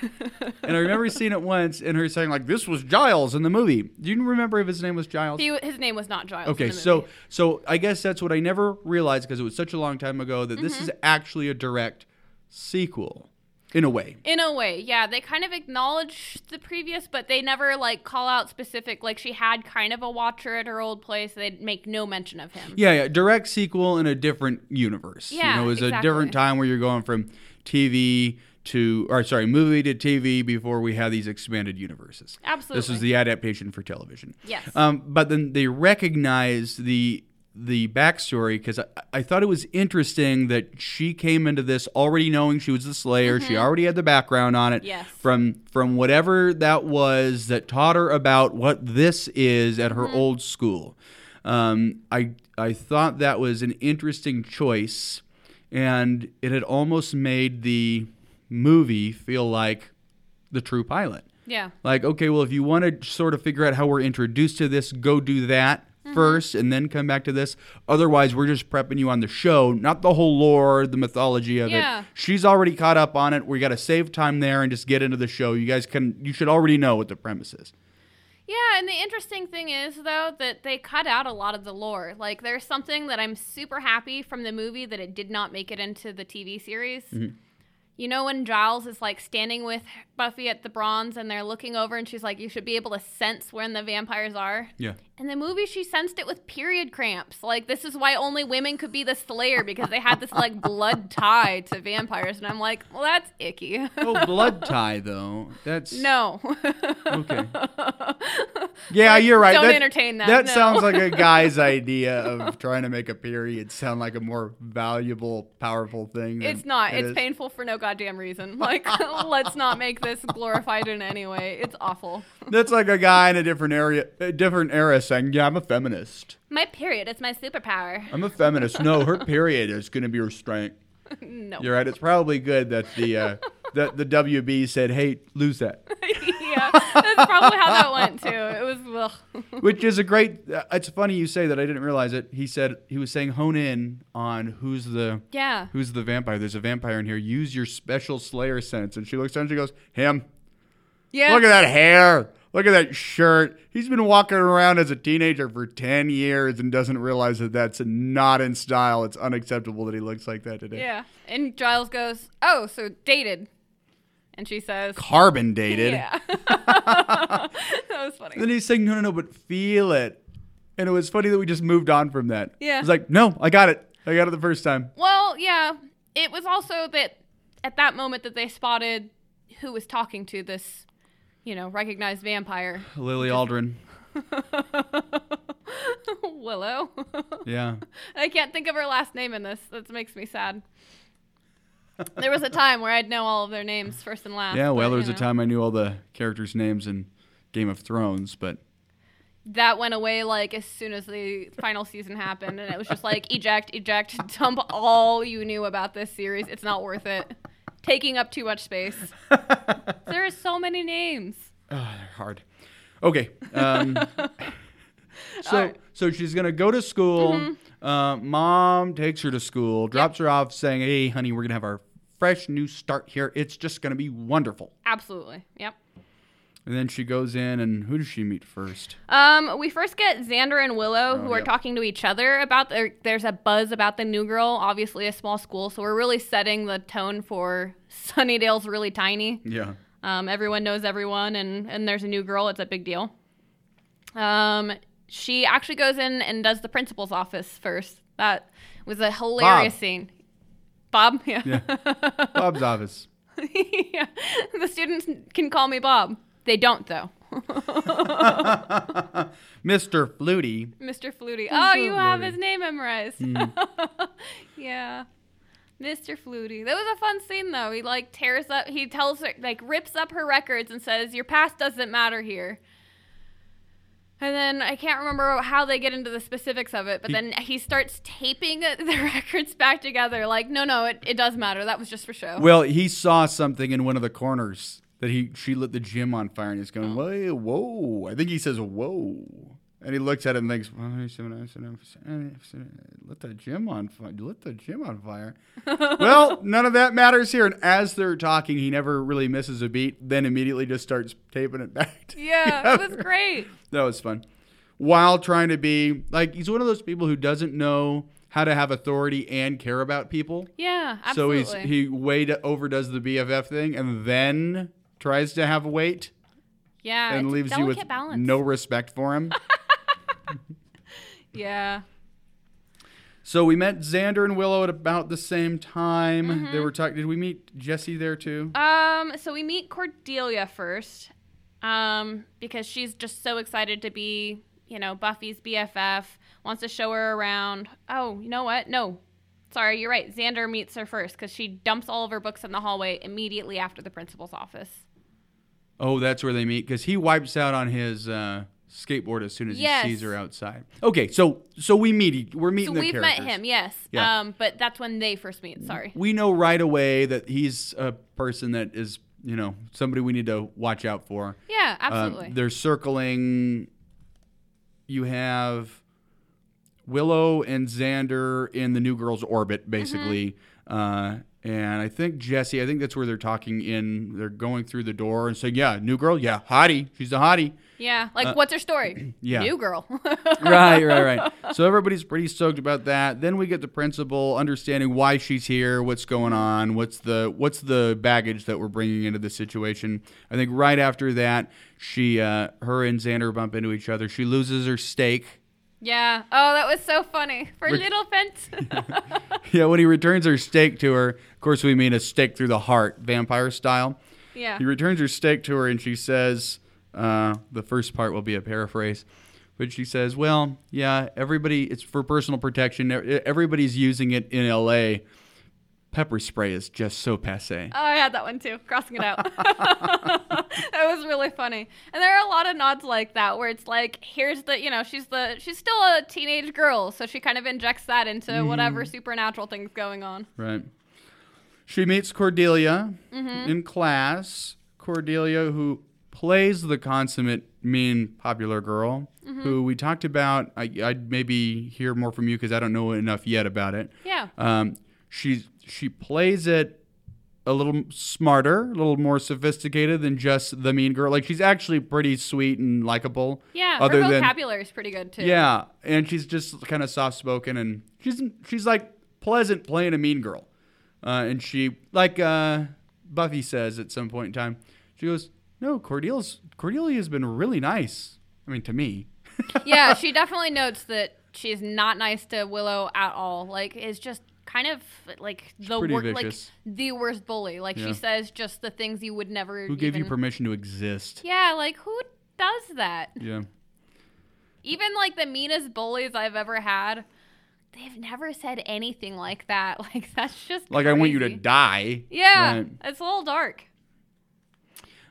Speaker 1: and I remember seeing it once, and her saying like, "This was Giles in the movie." Do you remember if his name was Giles?
Speaker 2: He, his name was not Giles. in
Speaker 1: Okay,
Speaker 2: the
Speaker 1: so
Speaker 2: movie.
Speaker 1: so I guess that's what I never realized because it was such a long time ago that
Speaker 2: Mm-hmm.
Speaker 1: this is actually a direct sequel, in a way.
Speaker 2: In a way, yeah, they kind of acknowledge the previous, but they never like call out specific. Like she had kind of a watcher at her old place. They make no mention of him.
Speaker 1: Yeah, yeah, direct sequel in a different universe.
Speaker 2: Yeah,
Speaker 1: you know, it was a
Speaker 2: exactly.
Speaker 1: different time where you're going from TV to, or sorry, movie to TV before we had these expanded universes.
Speaker 2: Absolutely.
Speaker 1: This was the adaptation for television.
Speaker 2: Yes.
Speaker 1: Um, but then they recognized the the backstory because I, I thought it was interesting that she came into this already knowing she was the Slayer. She already had the background on it.
Speaker 2: Mm-hmm. Yes.
Speaker 1: From from whatever that was that taught her about what this is at her
Speaker 2: Mm-hmm.
Speaker 1: old school. Um, I I thought that was an interesting choice, and it had almost made the movie feel like the true pilot
Speaker 2: yeah.
Speaker 1: like okay well if you want to sort of figure out how we're introduced to this go do that
Speaker 2: Mm-hmm.
Speaker 1: first and then come back to this otherwise we're just prepping you on the show not the whole lore the mythology of
Speaker 2: Yeah.
Speaker 1: it she's already caught up on it we got to save time there and just get into the show you guys can you should already know what the premise is
Speaker 2: Yeah, and the interesting thing is though that they cut out a lot of the lore. Like there's something that I'm super happy from the movie that it did not make it into the TV series. You know when Giles is like standing with Buffy at the bronze and they're looking over and she's like you should be able to sense when the vampires are. <laughs>
Speaker 1: yeah
Speaker 2: In the movie she sensed it with period cramps. Like this is why only women could be the slayer because they had this like blood tie to vampires and I'm like, well that's icky. <laughs>
Speaker 1: no blood tie though that's
Speaker 2: no. <laughs>
Speaker 1: okay yeah you're right
Speaker 2: Don't
Speaker 1: That-
Speaker 2: entertain that.
Speaker 1: that
Speaker 2: no.
Speaker 1: sounds like a
Speaker 2: <laughs>
Speaker 1: guy's idea of trying to make a period sound like a more valuable powerful thing than
Speaker 2: It's not.
Speaker 1: it
Speaker 2: it's
Speaker 1: is.
Speaker 2: painful for no goddamn reason.
Speaker 1: <laughs>
Speaker 2: Like, <laughs> let's not make this glorified in any way. It's awful.
Speaker 1: That's like a guy in a different area, a different era saying, "Yeah, I'm a feminist.
Speaker 2: My period. It's my superpower.
Speaker 1: I'm a feminist." No, her period is going to be restraint.
Speaker 2: No.
Speaker 1: You're right. It's probably good that the uh, that the WB said, "Hey, lose that,"
Speaker 2: <laughs> yeah, that's probably how that went too. It was. Ugh. <laughs>
Speaker 1: which is a great. Uh, it's funny you say that. I didn't realize it. He said he was saying, "Hone in on who's the
Speaker 2: Yeah.
Speaker 1: who's the vampire. There's a vampire in here. Use your special Slayer sense." And she looks down. and She goes, "Him."
Speaker 2: Yeah. <laughs>
Speaker 1: Look at that hair. Look at that shirt. He's been walking around as a teenager for 10 years and doesn't realize that that's not in style. It's unacceptable that he looks like that today.
Speaker 2: Yeah. And Giles goes, "Oh, so dated," and she says,
Speaker 1: Carbon dated. <laughs>
Speaker 2: "Yeah." <laughs> that was funny.
Speaker 1: Then he's saying, no, no, no, but feel it. And it was funny that we just moved on from that.
Speaker 2: Yeah.
Speaker 1: It was like, no, I got it. I got it the first time.
Speaker 2: Well, yeah. It was also that at that moment that they spotted who was talking to this, you know, recognized vampire.
Speaker 1: Lily Aldrin.
Speaker 2: <laughs> Willow. <laughs>
Speaker 1: Yeah.
Speaker 2: I can't think of her last name in this. That makes me sad. There was a time where I'd know all of their names first and last.
Speaker 1: Yeah, well,
Speaker 2: but,
Speaker 1: there was
Speaker 2: you know,
Speaker 1: a time I knew all the characters' names in Game of Thrones, but
Speaker 2: That went away like as soon as the final season happened, and it was just like eject, eject, dump all you knew about this series. It's not worth it. Taking up too much space. there are so many names.
Speaker 1: oh, they're hard. Okay. Um, so
Speaker 2: Alright.
Speaker 1: so she's gonna go to school. Uh, mom takes her to school, drops her off, saying, "Hey, honey, we're gonna have our fresh new start here. It's just gonna be wonderful."
Speaker 2: Absolutely. Yep.
Speaker 1: And then she goes in, and who does she meet first?
Speaker 2: Um, we first get Xander and Willow who
Speaker 1: Oh,
Speaker 2: are
Speaker 1: yep.
Speaker 2: talking to each other about their, there's a buzz about the new girl, obviously a small school, so we're really setting the tone for <laughs> Sunnydale's really tiny.
Speaker 1: Yeah.
Speaker 2: Um, everyone knows everyone and and there's a new girl, it's a big deal. Um, she actually goes in and does the principal's office first. That was a hilarious
Speaker 1: Bob.
Speaker 2: scene. Bob, <laughs> yeah.
Speaker 1: Yeah. Bob's office.
Speaker 2: yeah. The students can call me Bob. They don't though.
Speaker 1: Mr. Flutie.
Speaker 2: Mr. Flutie. Oh, you have
Speaker 1: Flutie. Mm-hmm.
Speaker 2: his name memorized. <laughs> yeah. Mr. Flutie. That was a fun scene though. He like tears up he tells her like rips up her records and says, Your past doesn't matter here. And then I can't remember how they get into the specifics of it, but
Speaker 1: He-
Speaker 2: then he starts taping <laughs> the records back together. Like, no, no, it, it does matter. That was just for show.
Speaker 1: Well, he saw something in one of the corners that he she lit the gym on fire, and he's going, "Whoa, whoa!" I think he says, "Whoa," and he looks at it and thinks, "Well, I said- I said- I said- I said, "Lit the gym on fire! Lit the gym on fire!" well, none of that matters here. And as they're talking, he never really misses a beat. Then immediately just starts taping it back.
Speaker 2: yeah, it was great.
Speaker 1: That was fun. While trying to be like, he's one of those people who doesn't know how to have authority and care about people.
Speaker 2: Yeah, absolutely.
Speaker 1: So he's he way to overdoes the BFF thing and then tries to have weight
Speaker 2: yeah,
Speaker 1: and
Speaker 2: Uh, it's a
Speaker 1: leaves you with
Speaker 2: delicate balance.
Speaker 1: no respect
Speaker 2: <laughs>
Speaker 1: for him.
Speaker 2: Yeah.
Speaker 1: so we met Xander and Willow at about the same time.
Speaker 2: Mm-hmm.
Speaker 1: They were talking. Did we meet Jesse there too?
Speaker 2: Um, so we meet Cordelia first, um, because she's just so excited to be, you know, Buffy's BFF, wants to show her around. Oh, you know what? No, sorry, you're right. Xander meets her first because she dumps all of her books in the hallway immediately after the principal's office.
Speaker 1: oh, that's where they meet because he wipes out on his uh, skateboard as soon as
Speaker 2: Yes.
Speaker 1: he sees her outside. Okay, so so we meet. each- We're
Speaker 2: So
Speaker 1: meeting the
Speaker 2: we've
Speaker 1: characters.
Speaker 2: met him, yes.
Speaker 1: Yeah. Mm-hmm.
Speaker 2: Um, but that's when they first meet. Sorry.
Speaker 1: We know right away that he's a person that is you know somebody we need to watch out for.
Speaker 2: Yeah,
Speaker 1: Um,
Speaker 2: absolutely.
Speaker 1: they're circling. You have Willow and Xander in the new girl's orbit, basically. Uh, and I think Jesse, I think that's where they're talking in. They're going through the door and saying, Yeah, new girl, yeah, hottie. She's a hottie.
Speaker 2: yeah. Like, what's her story?
Speaker 1: Uh, <clears throat> yeah.
Speaker 2: New girl. <laughs>
Speaker 1: right, right, right. So everybody's pretty stoked about that. Then we get the principal understanding why she's here, what's going on, what's the what's the baggage that we're bringing into the situation. I think right after that, she, uh, her and Xander bump into each other. She loses her stake. <laughs>
Speaker 2: yeah. Oh, that was so funny. For
Speaker 1: Rick-
Speaker 2: little Fence. <laughs>
Speaker 1: Yeah, when he returns her stake to her, of course we mean a stake through the heart, vampire style.
Speaker 2: yeah.
Speaker 1: He returns her stake to her, and she says, uh, the first part will be a paraphrase, but she says, "Well, yeah, everybody. It's for personal protection. E- Everybody's using it in L.A. Pepper spray is just so passe."
Speaker 2: Oh, I had that one too. Crossing it out. <laughs> that was really funny. And there are a lot of nods like that where it's like, here's the, you know, she's the, she's still a teenage girl, so she kind of injects that into
Speaker 1: Mm.
Speaker 2: whatever supernatural thing's going on.
Speaker 1: Right. She meets Cordelia in class. Cordelia, who plays the consummate mean popular girl, who we talked about. I, I'd maybe hear more from you because I don't know enough yet about it.
Speaker 2: Yeah.
Speaker 1: Um, she's she plays it a little smarter, a little more sophisticated than just the mean girl. Like she's actually pretty sweet and likable.
Speaker 2: Yeah.
Speaker 1: Other
Speaker 2: her
Speaker 1: than
Speaker 2: vocabulary is pretty good too.
Speaker 1: yeah, and she's just kind of soft spoken and she's she's like pleasant playing a mean girl, uh, and she like uh, Buffy says at some point in time, she goes, "No, Cordelia's Cordelia has been really nice. I mean to me."
Speaker 2: <laughs> yeah, she definitely notes that she's not nice to Willow at all. Like, is just kind of like the
Speaker 1: pretty
Speaker 2: wor- like
Speaker 1: vicious.
Speaker 2: the worst bully. Like
Speaker 1: Yeah.
Speaker 2: she says just the things you would never.
Speaker 1: Who gave you
Speaker 2: even-
Speaker 1: permission to exist?
Speaker 2: Yeah, like who does that?
Speaker 1: Yeah.
Speaker 2: Even like the meanest bullies I've ever had, they've never said anything like that. <laughs> Like that's just
Speaker 1: Like I want you to
Speaker 2: crazy.
Speaker 1: die.
Speaker 2: Yeah,
Speaker 1: Right.
Speaker 2: it's a little dark.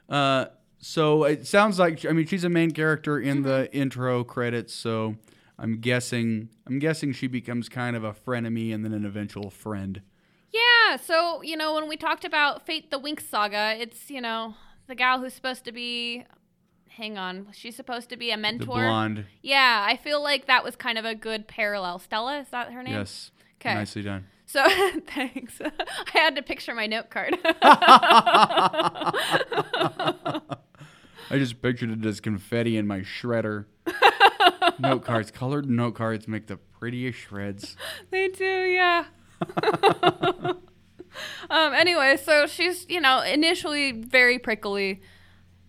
Speaker 1: Uh, so it sounds like I mean she's a main character in the intro credits, so I'm guessing I'm guessing she becomes kind of a frenemy and then an eventual friend.
Speaker 2: Yeah, so you know when we talked about Fate the Wink saga, it's you know the gal who's supposed to be, hang on, she's supposed to be a
Speaker 1: The
Speaker 2: mentor.
Speaker 1: blonde,
Speaker 2: Yeah, I feel like that was kind of a good parallel. Stella, is that her name?
Speaker 1: yes,
Speaker 2: 'Kay.
Speaker 1: nicely done.
Speaker 2: So <laughs> thanks. I had to picture my note card. <laughs>
Speaker 1: I just pictured it as confetti in my shredder. note cards, colored note cards make the prettiest shreds.
Speaker 2: they do, yeah. <laughs> um, anyway, so she's you know initially very prickly.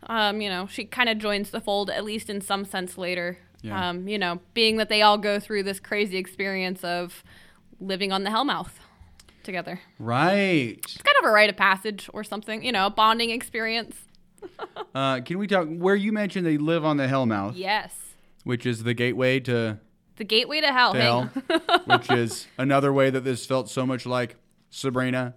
Speaker 2: Um, you know, she kind of joins the fold at least in some sense later.
Speaker 1: Yeah.
Speaker 2: Um, you know, being that they all go through this crazy experience of living on the Hellmouth together.
Speaker 1: Right.
Speaker 2: It's kind of a rite of passage or something. You know, a bonding experience.
Speaker 1: Uh, can we talk where you mentioned they live on the Hellmouth,
Speaker 2: Yes.
Speaker 1: which is the gateway to
Speaker 2: The gateway to hell.
Speaker 1: to
Speaker 2: hang <laughs>
Speaker 1: hell, which is another way that this felt so much like Sabrina.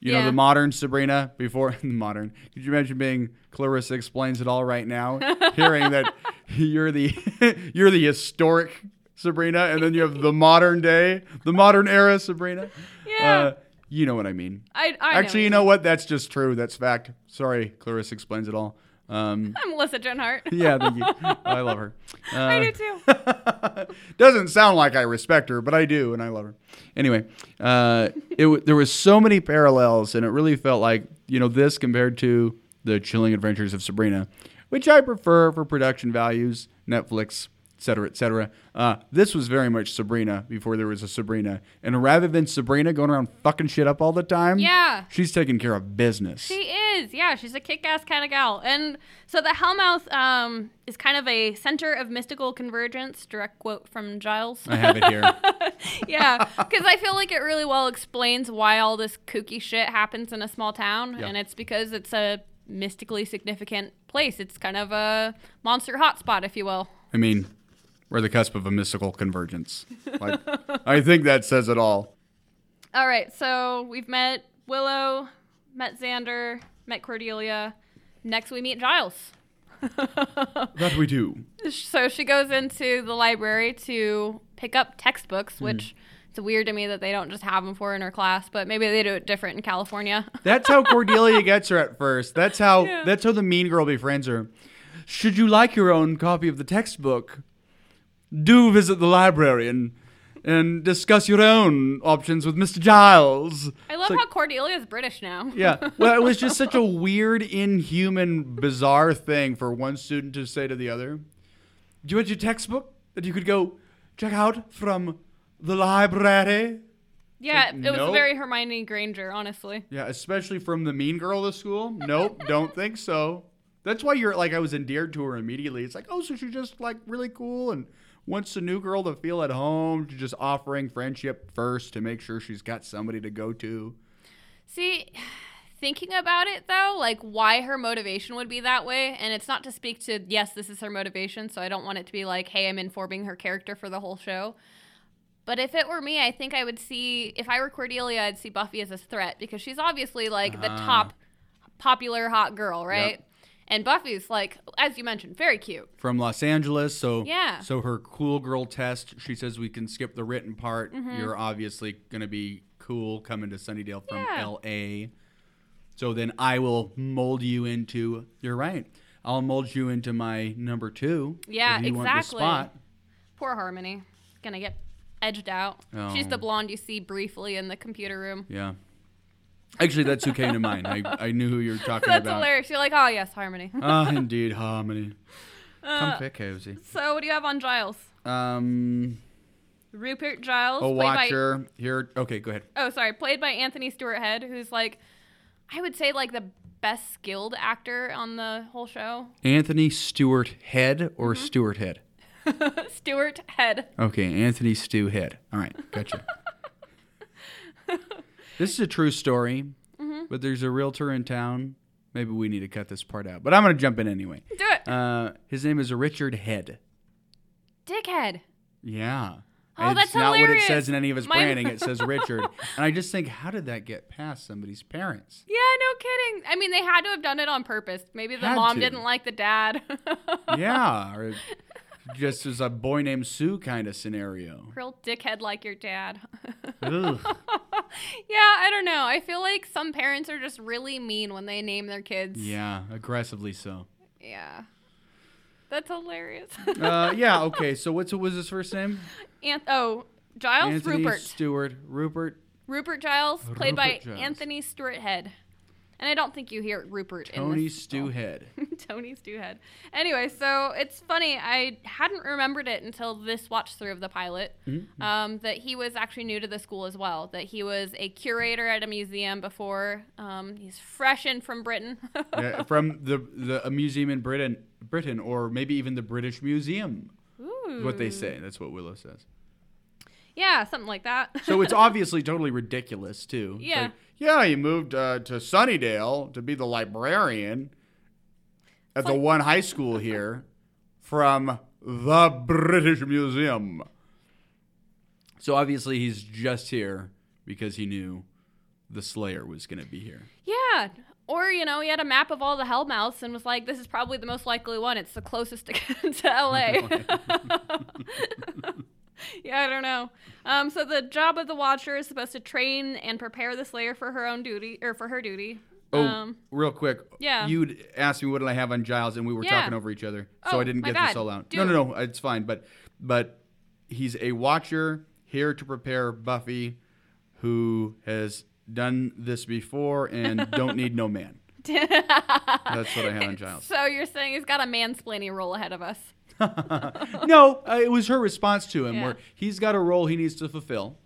Speaker 1: You know,
Speaker 2: Yeah.
Speaker 1: the modern Sabrina before <laughs> modern. Could you imagine being Clarissa explains it all
Speaker 2: <laughs>
Speaker 1: right now, hearing that you're the <laughs> you're the historic Sabrina, and then you have the modern day, the modern era Sabrina. Uh,
Speaker 2: Yeah.
Speaker 1: you know what I mean.
Speaker 2: I, I
Speaker 1: Actually, you
Speaker 2: know.
Speaker 1: know what? That's just true. That's fact. Sorry, Clarissa explains it all. Um,
Speaker 2: I'm Melissa Genhart.
Speaker 1: <laughs> yeah,
Speaker 2: <laughs>
Speaker 1: thank you. I love her.
Speaker 2: I
Speaker 1: Uh,
Speaker 2: do too.
Speaker 1: <laughs> Doesn't sound like I respect her, but I do, and I love her. Anyway, uh, it w- there was so many parallels, and it really felt like you know this compared to the Chilling Adventures of Sabrina, which I prefer for production values, Netflix, et cetera, et cetera. Uh, this was very much Sabrina before there was a Sabrina, and rather than Sabrina going around fucking shit up all the time,
Speaker 2: Yeah.
Speaker 1: she's taking care of business.
Speaker 2: She is. Yeah, she's a kick-ass kind of gal. And so the Hellmouth um, is kind of a center of mystical convergence. Direct quote from
Speaker 1: <laughs>
Speaker 2: Giles.
Speaker 1: I have
Speaker 2: <laughs>
Speaker 1: it here.
Speaker 2: yeah, because I feel like it really well explains why all this kooky shit happens in a small town,
Speaker 1: Yeah.
Speaker 2: and it's because it's a mystically significant place. It's kind of a monster hotspot, if you will.
Speaker 1: I mean, we're the cusp of a mystical convergence. Like, I think that says it all.
Speaker 2: All right, so we've met Willow, met Xander, met Cordelia. Next, we meet Giles.
Speaker 1: That we do.
Speaker 2: So she goes into the library to pick up textbooks, which it's weird to me that they don't just have them for her in her class, but maybe they do it different in California. <laughs>
Speaker 1: That's how Cordelia gets her at first. That's how
Speaker 2: Yeah.
Speaker 1: that's how the mean girl befriends her. Should you like your own copy of the textbook, do visit the library and and discuss your own options with Mr. Giles.
Speaker 2: I love
Speaker 1: It's like-
Speaker 2: how Cordelia's British now.
Speaker 1: Yeah. Well, it was just such a weird, inhuman, bizarre thing for one student to say to the other. Do you want your textbook that you could go check out from the library?
Speaker 2: Yeah,
Speaker 1: Like,
Speaker 2: it was
Speaker 1: nope.
Speaker 2: very Hermione Granger, honestly.
Speaker 1: Yeah, especially from the mean girl of school. Nope, don't think so. That's why you're like I was endeared to her immediately. It's like, oh, so she's just like really cool and wants the new girl to feel at home. She's just offering friendship first to make sure she's got somebody to go to.
Speaker 2: See, thinking about it though, like why her motivation would be that way, and it's not to speak to, yes, this is her motivation, so I don't want it to be like, hey, I'm informing her character for the whole show. But if it were me, I think I would see, if I were Cordelia, I'd see Buffy as a threat because she's obviously like the
Speaker 1: Ah.
Speaker 2: top popular hot girl, right? And Buffy's like, as you mentioned, very cute.
Speaker 1: From Los Angeles, so
Speaker 2: Yeah.
Speaker 1: So her cool girl test, she says we can skip the written part.
Speaker 2: Mm-hmm.
Speaker 1: You're obviously gonna be cool coming to Sunnydale from
Speaker 2: Yeah.
Speaker 1: L.A. So then I will mold you into. You're right. I'll mold you into my number two.
Speaker 2: Yeah,
Speaker 1: if you Want the
Speaker 2: exactly.
Speaker 1: spot.
Speaker 2: Poor Harmony. Gonna get edged out. She's
Speaker 1: Oh.
Speaker 2: the blonde you see briefly in the computer room.
Speaker 1: Yeah. Actually, that's who came to mind. I, I knew who you were
Speaker 2: <laughs>
Speaker 1: talking
Speaker 2: That's
Speaker 1: about.
Speaker 2: hilarious. You're like, oh, yes, Harmony.
Speaker 1: Ah, indeed, harmony.
Speaker 2: Uh,
Speaker 1: Come fit cozy.
Speaker 2: so, what do you have on Giles?
Speaker 1: Um,
Speaker 2: Rupert Giles.
Speaker 1: a
Speaker 2: played
Speaker 1: watcher here. Okay, go ahead.
Speaker 2: By, oh, sorry. Played by Anthony Stewart Head, who's like, I would say, like the best skilled actor on the whole show. <laughs> Mm-hmm.
Speaker 1: Anthony Stewart Head or Stewart Head?
Speaker 2: Stuart Head.
Speaker 1: Okay, Anthony Stew Head. All right,
Speaker 2: <laughs>
Speaker 1: gotcha. this is a true story,
Speaker 2: Mm-hmm.
Speaker 1: but there's a realtor in town. Maybe we need to cut this part out, but I'm going to jump in anyway.
Speaker 2: Do it.
Speaker 1: Uh, his name is Richard Head.
Speaker 2: Dickhead.
Speaker 1: Yeah.
Speaker 2: Oh,
Speaker 1: And
Speaker 2: that's
Speaker 1: it's not what it
Speaker 2: hilarious.
Speaker 1: says in any of his
Speaker 2: Mine-
Speaker 1: branding. It
Speaker 2: <laughs>
Speaker 1: says Richard. and I just think, how did that get past somebody's parents?
Speaker 2: Yeah, no kidding. I mean, they had to have done it on purpose. Maybe the
Speaker 1: Had
Speaker 2: mom
Speaker 1: to.
Speaker 2: didn't like the dad.
Speaker 1: Yeah. Or just as a boy named Sue kind
Speaker 2: <laughs>
Speaker 1: of scenario.
Speaker 2: <laughs> Real dickhead like your dad. <laughs>
Speaker 1: Ugh.
Speaker 2: yeah, I don't know. I feel like some parents are just really mean when they name their kids.
Speaker 1: Yeah, aggressively so.
Speaker 2: Yeah. That's hilarious. <laughs>
Speaker 1: Uh, yeah, okay. So what's what was his first name?
Speaker 2: Anth- oh, Giles
Speaker 1: Anthony
Speaker 2: Rupert.
Speaker 1: Stewart. Rupert.
Speaker 2: Rupert Giles, played by
Speaker 1: Oh, Rupert Giles.
Speaker 2: Anthony Stewart Head. And I don't think you hear Rupert in
Speaker 1: Tony
Speaker 2: this.
Speaker 1: Stewhead.
Speaker 2: <laughs> Tony Stewhead. Anyway, so it's funny. I hadn't remembered it until this watch through of the pilot
Speaker 1: Mm-hmm.
Speaker 2: um, that he was actually new to the school as well. That he was a curator at a museum before. Um, he's fresh in from Britain. <laughs>
Speaker 1: Yeah, from the the a museum in Britain, Britain, or maybe even the British Museum. is What they
Speaker 2: Ooh.
Speaker 1: say. That's what Willow says.
Speaker 2: Yeah, something like that. <laughs>
Speaker 1: So it's obviously totally ridiculous too. It's
Speaker 2: Yeah.
Speaker 1: like, yeah, you moved uh, to Sunnydale to be the librarian at the one high school here from the British Museum. So obviously he's just here because he knew the Slayer was going to be here.
Speaker 2: yeah. Or, you know, he had a map of all the Hellmouths and was like, this is probably the most likely one. It's the closest <laughs> to, to
Speaker 1: <laughs>
Speaker 2: LA. <laughs> yeah, I don't know. Um, so the job of the Watcher is supposed to train and prepare the Slayer for her own duty, or for her duty.
Speaker 1: Oh,
Speaker 2: Um,
Speaker 1: real quick.
Speaker 2: yeah.
Speaker 1: You'd asked me what did I have on Giles, and we were
Speaker 2: Yeah.
Speaker 1: talking over each other, so
Speaker 2: Oh,
Speaker 1: I didn't
Speaker 2: my
Speaker 1: get
Speaker 2: bad.
Speaker 1: this all out.
Speaker 2: Do
Speaker 1: No,
Speaker 2: it.
Speaker 1: no, no. It's fine. But, but he's a watcher here to prepare Buffy, who has done this before and don't need no man.
Speaker 2: <laughs>
Speaker 1: That's what I had on Giles.
Speaker 2: so you're saying he's got a mansplaining role ahead of us. <laughs>
Speaker 1: no, uh, it was her response to him
Speaker 2: Yeah. Mm-hmm.
Speaker 1: where he's got a role he needs to fulfill.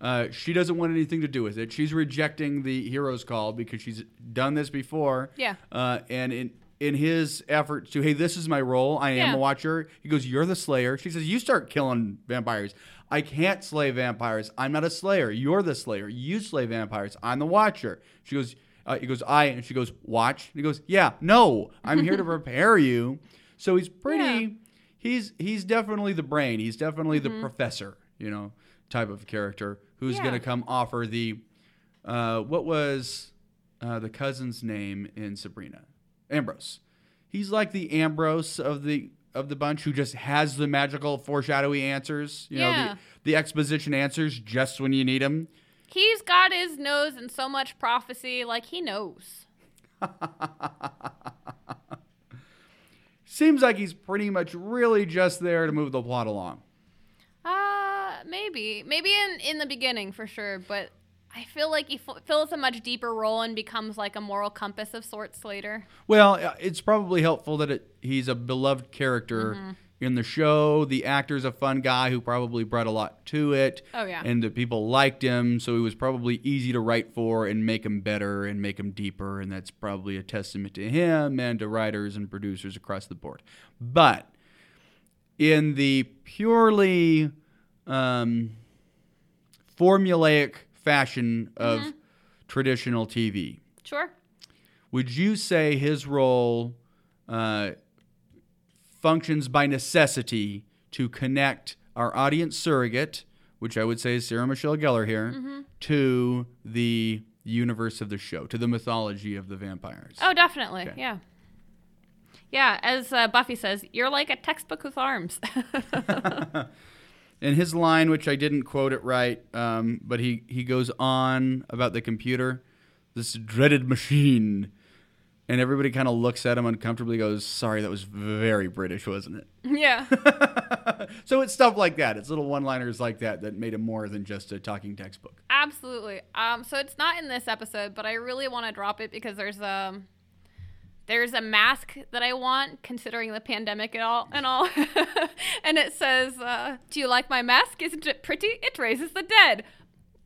Speaker 1: Uh, she doesn't want anything to do with it. She's rejecting the hero's call because she's done this before.
Speaker 2: Yeah.
Speaker 1: Uh, and in in his effort to, hey, this is my role. I am
Speaker 2: Yeah.
Speaker 1: a watcher. He goes, you're the slayer. She says, you start killing vampires. I can't slay vampires. I'm not a slayer. You're the slayer. You slay vampires. I'm the watcher. She goes. Uh, he goes, I, and she goes, watch. And he goes, yeah, no,
Speaker 2: <laughs>
Speaker 1: I'm here to prepare you. So he's pretty
Speaker 2: Yeah.
Speaker 1: he's he's definitely the brain. He's definitely the professor, you know, type of character who's
Speaker 2: Mm-hmm. Yeah.
Speaker 1: going to come offer the uh, what was uh, the cousin's name in Sabrina? Ambrose. He's like the Ambrose of the of the bunch who just has the magical foreshadowy answers, you know,
Speaker 2: Yeah.
Speaker 1: the, the exposition answers just when you need them.
Speaker 2: He's got his nose in so much prophecy, like he knows.
Speaker 1: Seems like he's pretty much really just there to move the plot along.
Speaker 2: Uh, maybe, maybe in in the beginning for sure, but I feel like he f- fills a much deeper role and becomes like a moral compass of sorts later.
Speaker 1: Well, uh, it's probably helpful that it, he's a beloved character
Speaker 2: Mm-hmm.
Speaker 1: in the show. The actor's a fun guy who probably brought a lot to it.
Speaker 2: Oh, yeah.
Speaker 1: And the people liked him, so he was probably easy to write for and make him better and make him deeper. And that's probably a testament to him and to writers and producers across the board. But in the purely um, formulaic fashion of
Speaker 2: Mm-hmm.
Speaker 1: traditional TV,
Speaker 2: Sure.
Speaker 1: would you say his role uh, functions by necessity to connect our audience surrogate, which I would say is Sarah Michelle Gellar here, to the universe of the show, to the mythology of the vampires?
Speaker 2: Oh, definitely. Yeah. Yeah, as uh, Buffy says, you're like a textbook with arms. <laughs>
Speaker 1: And his line, which I didn't quote it right, um, but he, he goes on about the computer, this dreaded machine. And everybody kind of looks at him uncomfortably, goes, Sorry, that was very British, wasn't it?
Speaker 2: yeah.
Speaker 1: <laughs> so it's stuff like that. It's little one-liners like that that made him more than just a talking textbook. <laughs>
Speaker 2: Absolutely. Um, so it's not in this episode, but I really want to drop it because there's um there's a mask that I want, considering the pandemic and all and all. <laughs> and it says, uh, "Do you like my mask? Isn't it pretty? It raises the dead."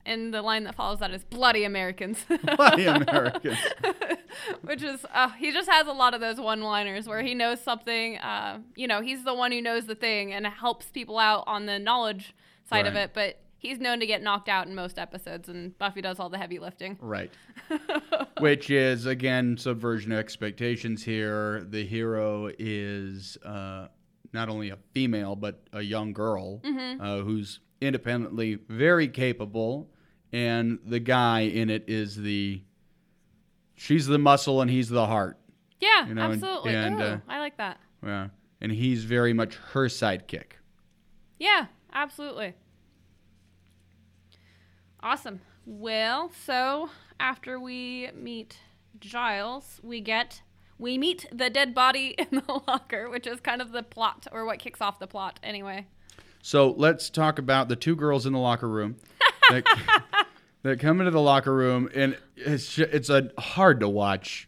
Speaker 2: And the line that follows that is "Bloody Americans." <laughs>
Speaker 1: Bloody Americans.
Speaker 2: which is uh, he just has a lot of those one-liners where he knows something. Uh, you know, he's the one who knows the thing and helps people out on the knowledge side of
Speaker 1: Right.
Speaker 2: it. But he's known to get knocked out in most episodes, and Buffy does all the heavy lifting.
Speaker 1: Right. Which is again subversion of expectations here. The hero is uh, not only a female but a young girl uh, who's independently very capable, and the guy in it is the she's the muscle and he's the heart.
Speaker 2: Yeah,
Speaker 1: You know, and-
Speaker 2: absolutely.
Speaker 1: and,
Speaker 2: Ooh,
Speaker 1: uh,
Speaker 2: I like that.
Speaker 1: Yeah, and he's very much her sidekick.
Speaker 2: Yeah, absolutely. Awesome. Well, so after we meet Giles, we get we meet the dead body <laughs> in the locker, which is kind of the plot or what kicks off the plot anyway.
Speaker 1: So let's talk about the two girls in the locker room that, that come into the locker room, and it's ju- it's a hard to watch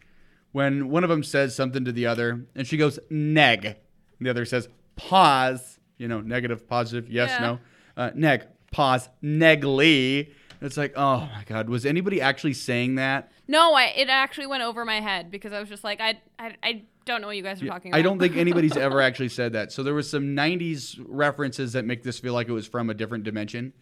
Speaker 1: when one of them says something to the other, and she goes neg, and the other says pause. You know, negative, positive, yes,
Speaker 2: Yeah.
Speaker 1: no, uh, neg, pause, negly. It's like, oh my god, was anybody actually saying that?
Speaker 2: No, I, it actually went over my head because I was just like, I, I, I don't know what you guys are talking about.
Speaker 1: I don't think anybody's ever actually said that. So there was some '90s references that make this feel like it was from a different dimension.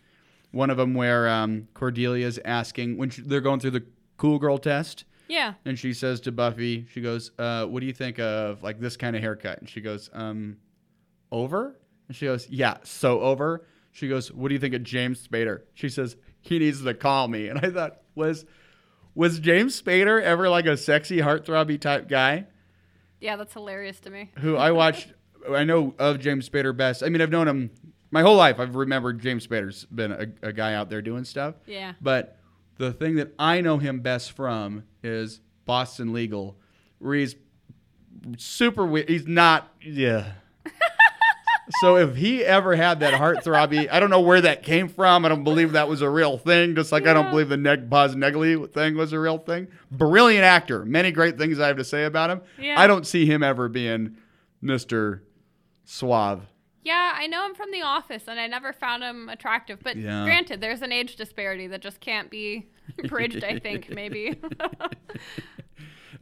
Speaker 1: One of them where um, Cordelia's asking when she, they're going through the cool girl test,
Speaker 2: <laughs> yeah.
Speaker 1: and she says to Buffy, she goes, uh, "What do you think of like this kind of haircut?" And she goes, um, "Over." And she goes, "Yeah, so over." She goes, "What do you think of James Spader?" She says, "He needs to call me." And I thought, was was James Spader ever like a sexy heartthrobby type guy?
Speaker 2: Yeah, that's hilarious to me.
Speaker 1: who I watched. I know of James Spader best. I mean, I've known him my whole life. I've remembered James Spader's been a, a guy out there doing stuff.
Speaker 2: Yeah.
Speaker 1: But the thing that I know him best from is Boston Legal, where he's super weird. He's not.
Speaker 2: <laughs>
Speaker 1: Yeah. so if he ever had that heart throbby, I don't know where that came from. I don't believe that was a real thing. Just like I don't
Speaker 2: Yeah.
Speaker 1: believe the neck pause negly thing was a real thing. Brilliant actor. Many great things I have to say about him.
Speaker 2: Yeah.
Speaker 1: I don't see him ever being Mr. Suave.
Speaker 2: Yeah, I know him from The Office, and I never found him attractive. But
Speaker 1: Yeah.
Speaker 2: granted, there's an age disparity that just can't be <laughs> bridged. I think maybe. <laughs>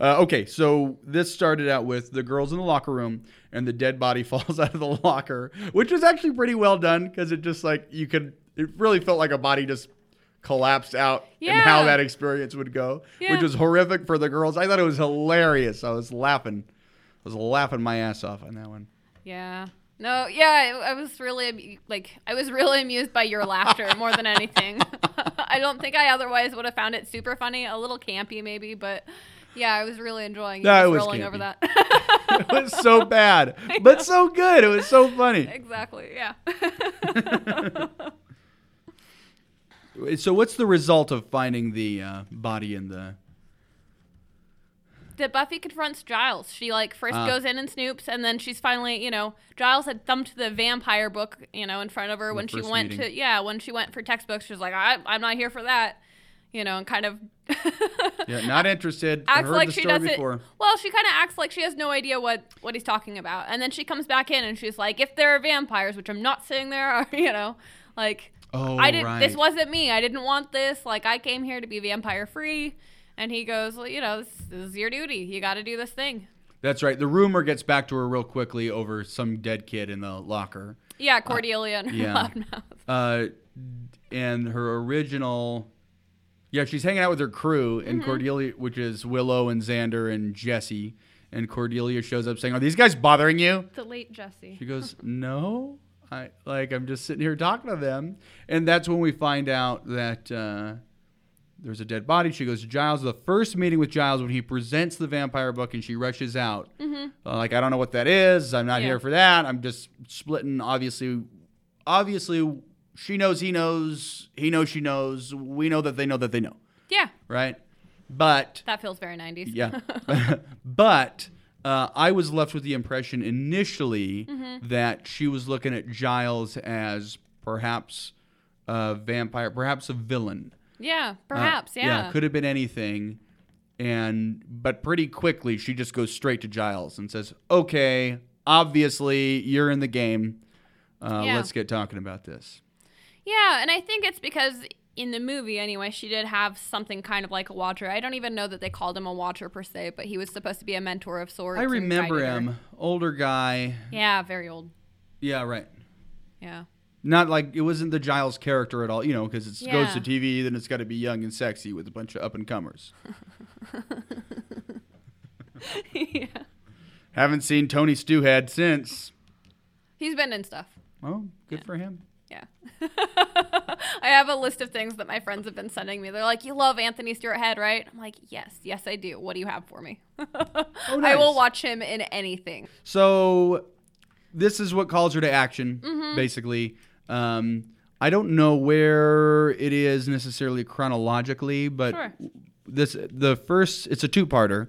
Speaker 1: Uh, okay, so this started out with the girls in the locker room and the dead body <laughs> falls out of the locker, which was actually pretty well done because it just like you could, it really felt like a body just collapsed out and how
Speaker 2: Yeah.
Speaker 1: that experience would go,
Speaker 2: Yeah.
Speaker 1: which was horrific for the girls. I thought it was hilarious. I was laughing. I was laughing my ass off on that one.
Speaker 2: yeah. No. Yeah, I, I was really amu- like I was really amused by your
Speaker 1: <laughs>
Speaker 2: laughter more than anything. <laughs> I don't think I otherwise would have found it super funny. A little campy maybe, but yeah, I was really enjoying you
Speaker 1: No,
Speaker 2: just
Speaker 1: it was
Speaker 2: rolling over
Speaker 1: campy.
Speaker 2: that.
Speaker 1: <laughs>
Speaker 2: <laughs>
Speaker 1: It was so bad, but so good. It was so funny.
Speaker 2: exactly. Yeah. <laughs>
Speaker 1: So, what's the result of finding the uh, body in the.
Speaker 2: that Buffy confronts Giles. She like first
Speaker 1: Ah.
Speaker 2: goes in and snoops, and then she's finally, you know, Giles had thumped the vampire book, you know, in front of her when she
Speaker 1: first
Speaker 2: went
Speaker 1: meeting.
Speaker 2: to yeah, when she went for textbooks. She was like, I, I'm not here for that, you know, and kind of <laughs>
Speaker 1: Yeah, not interested. I
Speaker 2: acts
Speaker 1: heard
Speaker 2: like
Speaker 1: the
Speaker 2: she
Speaker 1: story
Speaker 2: doesn't.
Speaker 1: before.
Speaker 2: Well, she kind of acts like she has no idea what what he's talking about, and then she comes back in and she's like, if there are vampires, which I'm not saying there are, <laughs> you know, like
Speaker 1: Oh,
Speaker 2: I didn't.
Speaker 1: right.
Speaker 2: This wasn't me. I didn't want this. Like I came here to be vampire free. And he goes, well, you know, this, this is your duty. You got to do this thing.
Speaker 1: That's right. The rumor gets back to her real quickly over some dead kid in the locker.
Speaker 2: Yeah, Cordelia and her
Speaker 1: yeah.
Speaker 2: loudmouth.
Speaker 1: Uh, and her original. Yeah, she's hanging out with her crew, and
Speaker 2: Mm-hmm.
Speaker 1: Cordelia, which is Willow and Xander and Jesse. And Cordelia shows up saying, Are these guys bothering you?
Speaker 2: The late Jesse.
Speaker 1: She goes, No. I like I'm just sitting here talking to them. And that's when we find out that uh, there's a dead body. She goes to Giles. The first meeting with Giles when he presents the vampire book and she rushes out. Uh, like I don't know what that is. I'm not
Speaker 2: Yeah.
Speaker 1: here for that. I'm just splitting. Obviously, obviously she knows he knows. He knows she knows. We know that they know that they know.
Speaker 2: Yeah,
Speaker 1: Right. But
Speaker 2: that feels very 90s. <laughs>
Speaker 1: yeah. but uh, I was left with the impression initially
Speaker 2: Mm-hmm.
Speaker 1: that she was looking at Giles as perhaps a vampire, perhaps a villain.
Speaker 2: yeah,
Speaker 1: Uh,
Speaker 2: perhaps. yeah.
Speaker 1: Yeah, could have been anything. And but pretty quickly she just goes straight to Giles and says, "Okay, obviously you're in the game. Uh,
Speaker 2: Yeah.
Speaker 1: Let's get talking about this."
Speaker 2: Yeah, and I think it's because in the movie anyway, she did have something kind of like a watcher. I don't even know that they called him a watcher per se, but he was supposed to be a mentor of sorts.
Speaker 1: I
Speaker 2: and
Speaker 1: remember
Speaker 2: guided her.
Speaker 1: him. Older guy.
Speaker 2: Yeah, very old.
Speaker 1: Yeah, right.
Speaker 2: Yeah.
Speaker 1: Not like it wasn't the Giles character at all, you know, because it goes
Speaker 2: Yeah.
Speaker 1: to TV, then it's got to be young and sexy with a bunch of up and comers.
Speaker 2: yeah.
Speaker 1: <laughs> Haven't seen Tony Stewhead since.
Speaker 2: He's been in stuff.
Speaker 1: Oh, good for him.
Speaker 2: Yeah. <laughs> I have a list of things that my friends have been sending me. They're like, You love Anthony Stewart Head, right? I'm like, Yes, yes, I do. What do you have for me? <laughs> I will
Speaker 1: Oh, nice.
Speaker 2: watch him in anything.
Speaker 1: So this is what calls her to action,
Speaker 2: Mm-hmm.
Speaker 1: basically. Um, I don't know where it is necessarily chronologically, but
Speaker 2: Sure. Mm-hmm.
Speaker 1: this the first it's a two-parter.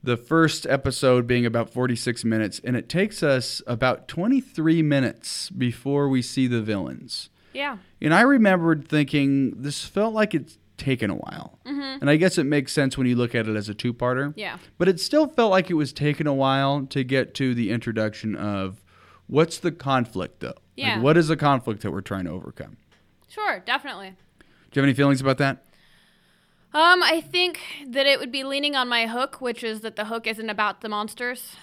Speaker 1: The first episode being about 46 minutes, and it takes us about 23 minutes before we see the villains.
Speaker 2: Yeah.
Speaker 1: And I remembered thinking this felt like it's taken a while. And I guess it makes sense when you look at it as a two parter.
Speaker 2: Mm-hmm. Yeah.
Speaker 1: But it still felt like it was taking a while to get to the introduction of what's the conflict, though?
Speaker 2: Yeah.
Speaker 1: Like, what is the conflict that we're trying to overcome?
Speaker 2: Sure, definitely.
Speaker 1: Do you have any feelings about that? <laughs>
Speaker 2: Um, I think that it would be leaning on my hook, which is that the hook isn't about the monsters.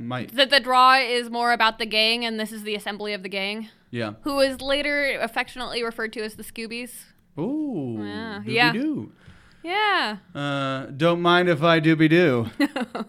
Speaker 1: Might.
Speaker 2: That the draw is more about the gang, and this is the assembly of the gang,
Speaker 1: Yeah.
Speaker 2: who is later affectionately referred to as the Scoobies.
Speaker 1: Ooh.
Speaker 2: Yeah.
Speaker 1: doobie
Speaker 2: Yeah.
Speaker 1: doo.
Speaker 2: Yeah.
Speaker 1: Uh, don't mind if I doobie doo.
Speaker 2: <laughs>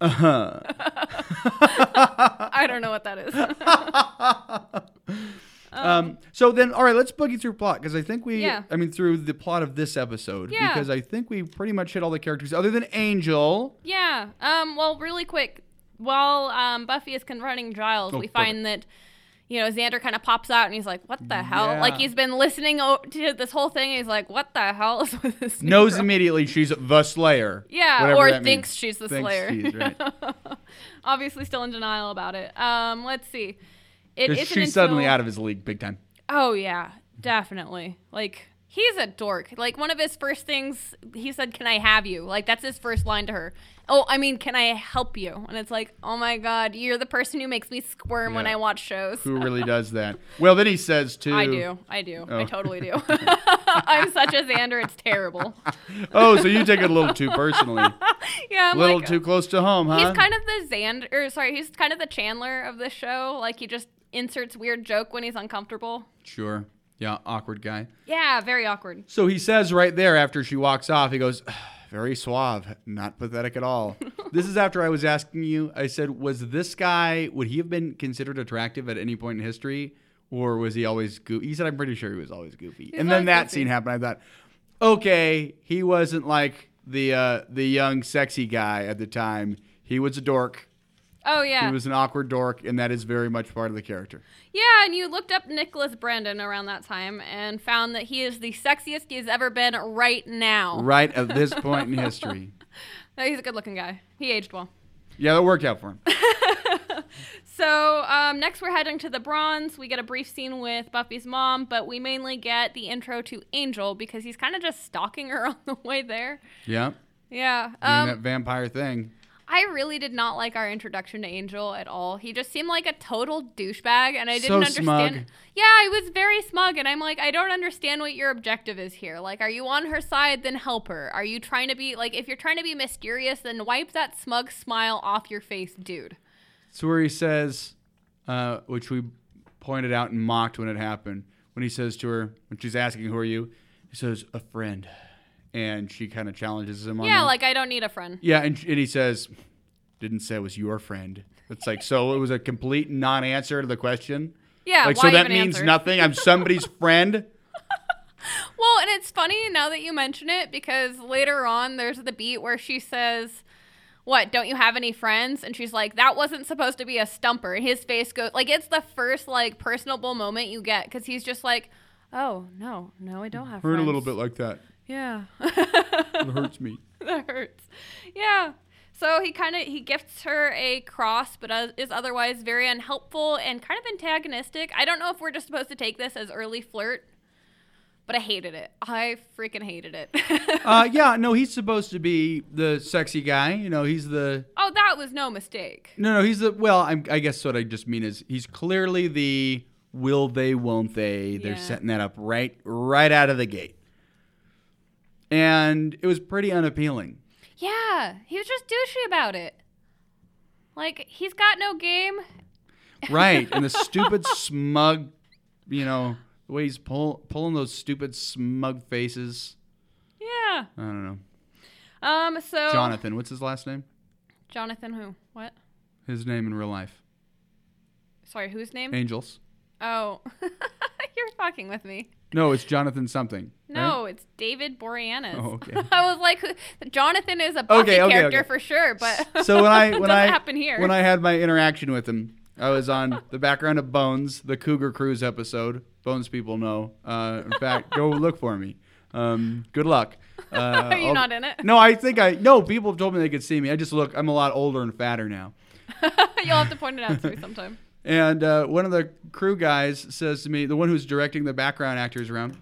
Speaker 1: uh-huh. Uh,
Speaker 2: I don't know what that is.
Speaker 1: <laughs>
Speaker 2: <laughs>
Speaker 1: Um, so then, all right, let's boogie through plot because I think we,
Speaker 2: Yeah.
Speaker 1: I mean, through the plot of this episode,
Speaker 2: Yeah.
Speaker 1: because I think we pretty much hit all the characters other than Angel.
Speaker 2: yeah. Um, well, really quick, while um, Buffy is confronting Giles,
Speaker 1: Oh,
Speaker 2: we find that. You know, Xander kind of pops out and he's like, "What the hell?"
Speaker 1: Yeah.
Speaker 2: Like he's been listening o- to this whole thing. And he's like, "What the hell is with this?" new
Speaker 1: Knows
Speaker 2: girl?"
Speaker 1: immediately she's the Slayer.
Speaker 2: Yeah,
Speaker 1: whatever
Speaker 2: or
Speaker 1: that
Speaker 2: thinks
Speaker 1: means.
Speaker 2: she's the
Speaker 1: Thinks
Speaker 2: Slayer.
Speaker 1: she's, right.
Speaker 2: <laughs> Obviously, still in denial about it. Um, let's see. It
Speaker 1: 'Cause
Speaker 2: isn't
Speaker 1: she's suddenly
Speaker 2: until-
Speaker 1: out of his league big time.
Speaker 2: Oh yeah, definitely. Like he's a dork. Like one of his first things he said, "Can I have you?" Like that's his first line to her. Oh, I mean, can I help you? And it's like, oh my god, you're the person who makes me squirm when
Speaker 1: Yeah.
Speaker 2: I watch shows.
Speaker 1: Who really does that? Well, then he says too.
Speaker 2: I do. I do.
Speaker 1: Oh.
Speaker 2: I totally
Speaker 1: <laughs>
Speaker 2: do. <laughs> I'm such a Xander. It's terrible. <laughs>
Speaker 1: Oh, so you take it a little too personally, a
Speaker 2: Yeah, I'm
Speaker 1: little
Speaker 2: like,
Speaker 1: too close to home, huh?
Speaker 2: He's kind of the Xander, or sorry, he's kind of the Chandler of the show. Like he just inserts weird joke when he's uncomfortable.
Speaker 1: sure. Yeah, awkward guy.
Speaker 2: Yeah, very awkward.
Speaker 1: So he says right there after she walks off, he goes, "Ah, very suave, not pathetic
Speaker 2: <laughs>
Speaker 1: at all. this is after I was asking you, I said, was this guy, would he have been considered attractive at any point in history? Or was he always goofy? He said, I'm pretty sure he was always goofy. and then
Speaker 2: always
Speaker 1: that
Speaker 2: goofy.
Speaker 1: scene happened. I thought, okay, he wasn't like the uh, the young, sexy guy at the time. He was a dork.
Speaker 2: Oh yeah,
Speaker 1: He was an awkward dork, and that is very much part of the character.
Speaker 2: yeah. And you looked up Nicholas Brandon around that time and found that he is the sexiest he's ever been right now.
Speaker 1: Right at this point
Speaker 2: <laughs>
Speaker 1: in history.
Speaker 2: No, he's a good-looking guy. He aged well.
Speaker 1: Yeah, that worked out for him.
Speaker 2: So um, next, we're heading to the Bronze. We get a brief scene with Buffy's mom, but we mainly get the intro to Angel because he's kind of just stalking her <laughs> on the way there.
Speaker 1: Yeah.
Speaker 2: Yeah.
Speaker 1: Doing
Speaker 2: Um,
Speaker 1: that vampire thing.
Speaker 2: I really did not like our introduction to Angel at all. He just seemed like a total douchebag, and I didn't
Speaker 1: So
Speaker 2: understand.
Speaker 1: smug.
Speaker 2: Yeah, he was very smug, and I'm like, I don't understand what your objective is here. Like, are you on her side? Then help her. Are you trying to be like, if you're trying to be mysterious, then wipe that smug smile off your face, dude.
Speaker 1: It's where he says, uh, which we pointed out and mocked when it happened, when he says to her, when she's asking, Who are you? He says, A friend. And she kind of challenges him on
Speaker 2: Yeah,
Speaker 1: that.
Speaker 2: like I don't need a friend.
Speaker 1: Yeah, and, and he says, Didn't say it was your friend. It's like, so it was a complete non answer to the question.
Speaker 2: Yeah,
Speaker 1: like,
Speaker 2: why
Speaker 1: so that
Speaker 2: even
Speaker 1: means
Speaker 2: answer?
Speaker 1: nothing.
Speaker 2: <laughs>
Speaker 1: I'm somebody's friend.
Speaker 2: Well, and it's funny now that you mention it because later on there's the beat where she says, "What? Don't you have any friends?" And she's like, "That wasn't supposed to be a stumper." And his face goes like it's the first like personable moment you get because he's just like, "Oh no, no, I don't have."
Speaker 1: Hurt
Speaker 2: friends.
Speaker 1: a little bit like that. <laughs>
Speaker 2: Yeah,
Speaker 1: It hurts me.
Speaker 2: <laughs> that hurts. Yeah. So he kind of he gifts her a cross, but uh, is otherwise very unhelpful and kind of antagonistic. I don't know if we're just supposed to take this as early flirt, but I hated it. I freaking hated it. <laughs>
Speaker 1: Uh, yeah, no, he's supposed to be the sexy guy. You know, he's the
Speaker 2: Oh, that was no mistake.
Speaker 1: No, no, he's the well. I'm, I guess what I just mean is he's clearly the will they, won't they? They're
Speaker 2: Yeah.
Speaker 1: setting that up right right out of the gate. And it was pretty unappealing.
Speaker 2: Yeah, he was just douchey about it. Like he's got no game.
Speaker 1: Right.
Speaker 2: <laughs>
Speaker 1: And the stupid smug, you know, the way he's pull, pulling those stupid smug faces.
Speaker 2: Yeah.
Speaker 1: I don't know.
Speaker 2: Um. So
Speaker 1: Jonathan, what's his last name?
Speaker 2: Jonathan who? What?
Speaker 1: His name in real life.
Speaker 2: Sorry, whose name?
Speaker 1: Angels.
Speaker 2: oh, <laughs> you're fucking with me.
Speaker 1: No, it's Jonathan something.
Speaker 2: No, it's David Boreanaz.
Speaker 1: Oh, okay.
Speaker 2: <laughs> I was like, who- Jonathan is a Buffy
Speaker 1: Okay, okay,
Speaker 2: character
Speaker 1: okay.
Speaker 2: for sure, but
Speaker 1: right? <laughs>
Speaker 2: <laughs>
Speaker 1: So when I when
Speaker 2: doesn't
Speaker 1: I
Speaker 2: happen here.
Speaker 1: when I had my interaction with him, I was on the background of Bones, the Cougar Cruise episode. Bones people know. Uh, in fact,
Speaker 2: <laughs>
Speaker 1: go look for me. Um, good luck. Uh, Are
Speaker 2: you not in it?
Speaker 1: No, I think I no. People have told me they could see me. I just look. I'm a lot older and fatter now.
Speaker 2: <laughs> You'll have to point it out to me
Speaker 1: <laughs>
Speaker 2: sometime.
Speaker 1: And uh, one of the crew guys says to me, the one who's directing the background actors around,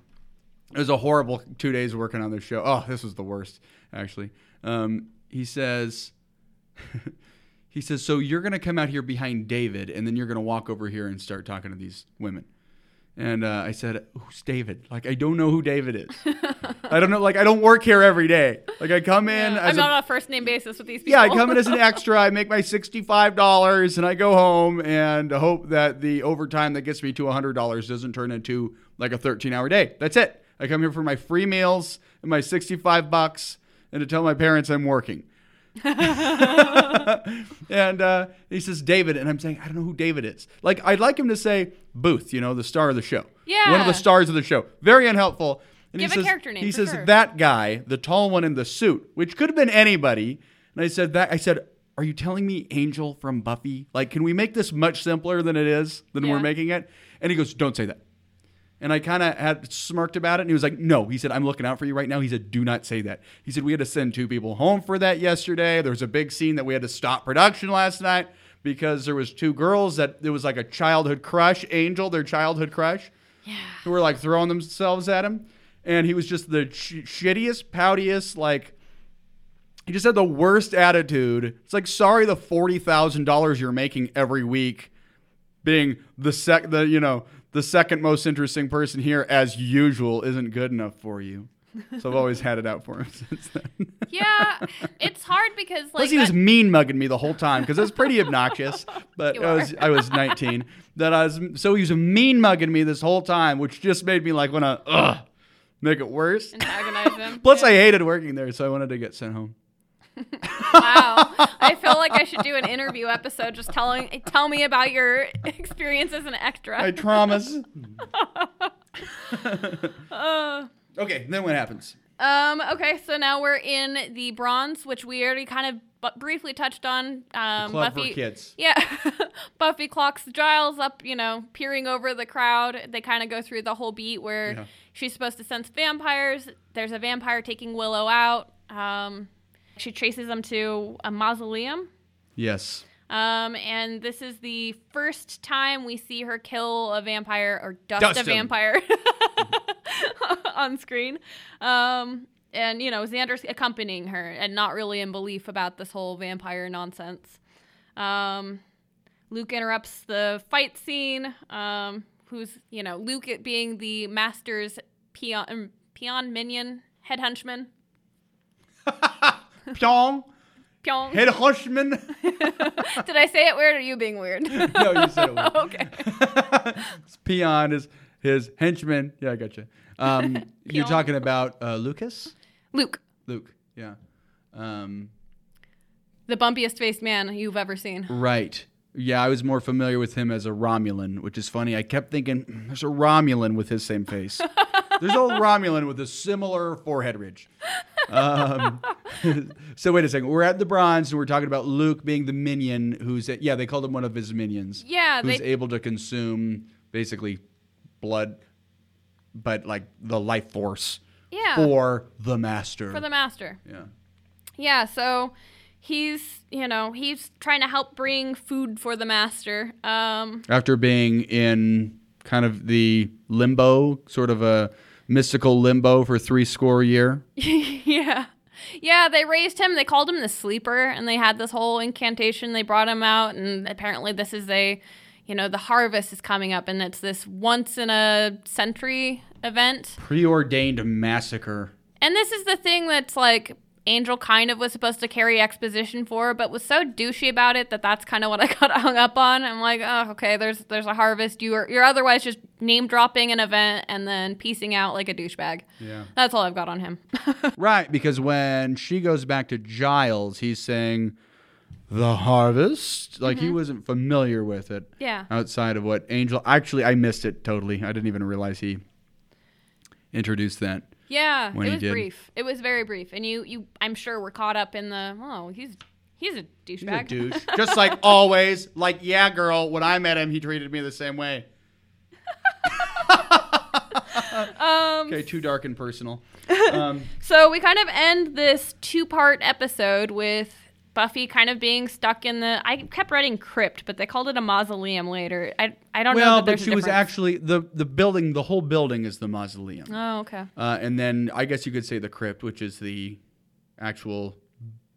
Speaker 1: it was a horrible two days working on this show. Oh, this was the worst, actually. Um, he says, <laughs> he says, so you're going to come out here behind David, and then you're going to walk over here and start talking to these women. And uh, I said, who's David? Like, I don't know who David is.
Speaker 2: <laughs>
Speaker 1: I don't know. Like, I don't work here every day. Like, I come in
Speaker 2: Yeah,
Speaker 1: as
Speaker 2: I'm
Speaker 1: a
Speaker 2: not on a first name basis with these people.
Speaker 1: yeah, I come
Speaker 2: <laughs>
Speaker 1: in as an extra. I make my sixty-five dollars, and I go home and hope that the overtime that gets me to hundred dollars doesn't turn into like a thirteen-hour day. That's it. I come here for my free meals and my sixty-five bucks, and to tell my parents
Speaker 2: <laughs>
Speaker 1: I'm working. <laughs> and uh, he says David, and I'm saying I don't know who David is. Like I'd like him to say Booth, you know, the star of the show. one of
Speaker 2: Yeah.
Speaker 1: the stars of the show. Very unhelpful. And
Speaker 2: Give a
Speaker 1: he says,
Speaker 2: character name,
Speaker 1: He
Speaker 2: for
Speaker 1: says
Speaker 2: sure.
Speaker 1: that guy, the tall one in the suit, which could have been anybody. And I said that I said, "Are you telling me Angel from Buffy? Like, can we make this much simpler than it is than we're
Speaker 2: Yeah.
Speaker 1: making it?" And he goes, "Don't say that." And I kind of had smirked about it, and he was like, "No." He said, "I'm looking out for you right now." He said, "Do not say that." He said, "We had to send two people home for that yesterday. There was a big scene that we had to stop production last night because there was two girls that it was like a childhood crush, Angel, their childhood crush, yeah. who were like throwing themselves at him, and he was just the sh- shittiest, poutiest, like." He just had the worst attitude. It's like, sorry, the forty thousand dollars you're making every week being the sec the you know the second most interesting person here as usual isn't good enough for you. So I've always had it out for him <laughs> since then.
Speaker 2: yeah, it's hard because like
Speaker 1: Plus he was
Speaker 2: that-
Speaker 1: mean mugging me the whole time because it was pretty obnoxious.
Speaker 2: <laughs>
Speaker 1: But
Speaker 2: You
Speaker 1: I
Speaker 2: are.
Speaker 1: was I was 19. That I was so he was mean mugging me this whole time, which just made me like want to ugh, make it worse.
Speaker 2: antagonize him.
Speaker 1: <laughs> Plus I
Speaker 2: Yeah.
Speaker 1: hated working there, so I wanted to get sent home.
Speaker 2: wow, I feel like I should do an interview episode just telling tell me about your <laughs> experience as an extra.
Speaker 1: I promise.
Speaker 2: <laughs>
Speaker 1: <laughs>
Speaker 2: Uh,
Speaker 1: okay, then what happens?
Speaker 2: um. Okay, so now we're in the bronze, which we already kind of bu- briefly touched on. Um,
Speaker 1: Club
Speaker 2: Buffy.
Speaker 1: for kids.
Speaker 2: Yeah. <laughs> Buffy clocks Giles up, you know, peering over the crowd. They kind of go through the whole beat where
Speaker 1: Yeah.
Speaker 2: she's supposed to sense vampires. There's a vampire taking Willow out. Um, she traces them to a mausoleum.
Speaker 1: Yes.
Speaker 2: Um, and this is the first time we see her kill a vampire or dust,
Speaker 1: Dust
Speaker 2: a
Speaker 1: him.
Speaker 2: vampire <laughs> on screen. Um, and, you know, Xander's accompanying her and not really in belief about this whole vampire nonsense. Um, Luke interrupts the fight scene. Um, who's, you know, Luke it being the master's peon, um, peon minion, head hunchman.
Speaker 1: Pyong,
Speaker 2: Pyong.
Speaker 1: head hunchman.
Speaker 2: Did I say it weird or are you being weird? <laughs>
Speaker 1: <laughs> no, you said it. well.
Speaker 2: okay.
Speaker 1: It's <laughs> peon is his henchman. Yeah, I gotcha.
Speaker 2: <laughs>
Speaker 1: Um, you're
Speaker 2: Peon.
Speaker 1: talking about uh, Lucas,
Speaker 2: Luke.
Speaker 1: Luke. Yeah, um,
Speaker 2: the bumpiest faced man you've ever seen.
Speaker 1: right. Yeah, I was more familiar with him as a Romulan, which is funny. I kept thinking "Mm, there's a Romulan with his
Speaker 2: <laughs>
Speaker 1: same face. there's a Romulan with a similar forehead ridge. Um, <laughs> so wait a second. We're at the bronze, and we're talking about Luke being the minion who's yeah. They called him one of his minions.
Speaker 2: Yeah,
Speaker 1: who's
Speaker 2: they-
Speaker 1: able to consume basically blood, but like the life force
Speaker 2: Yeah.
Speaker 1: for the master.
Speaker 2: For the master.
Speaker 1: yeah.
Speaker 2: Yeah, so he's, you know, he's trying to help bring food for the master. Um <laughs>
Speaker 1: After being in kind of the limbo, sort of a mystical limbo for three score a year.
Speaker 2: yeah. Yeah, they raised him. They called him the sleeper and they had this whole incantation. They brought him out and apparently this is a you know, the harvest is coming up and it's this once in a century event.
Speaker 1: Preordained massacre.
Speaker 2: And this is the thing that's like Angel kind of was supposed to carry exposition for, but was so douchey about it that that's kind of what I <laughs> got hung up on. I'm like, oh, okay, there's there's a harvest. You are you're otherwise just name dropping an event and then piecing out like a douchebag.
Speaker 1: Yeah.
Speaker 2: That's all I've got on him. <laughs>
Speaker 1: Right, because when she goes back to Giles, he's saying the harvest. Like he wasn't familiar with it.
Speaker 2: Yeah.
Speaker 1: Outside of what Angel actually I missed it totally. I didn't even realize he introduced that.
Speaker 2: yeah,
Speaker 1: When
Speaker 2: it
Speaker 1: he
Speaker 2: was
Speaker 1: did.
Speaker 2: brief. It was very brief, and you you I'm sure were caught up in the oh he's he's a
Speaker 1: He's a
Speaker 2: douchebag. <laughs>
Speaker 1: <laughs> douche. Just like always. Like, yeah, girl, when I met him, he treated me the same way. <laughs>
Speaker 2: um,
Speaker 1: Okay, too dark and personal. Um,
Speaker 2: So we kind of end this two part episode with Buffy kind of being stuck in the. I kept writing crypt, but they called it a mausoleum later. I, I don't know.
Speaker 1: well,
Speaker 2: that
Speaker 1: but
Speaker 2: there's
Speaker 1: she
Speaker 2: a
Speaker 1: was
Speaker 2: difference.
Speaker 1: actually the the building, the whole building is the mausoleum.
Speaker 2: Oh, okay.
Speaker 1: Uh, and then I guess you could say the crypt, which is the actual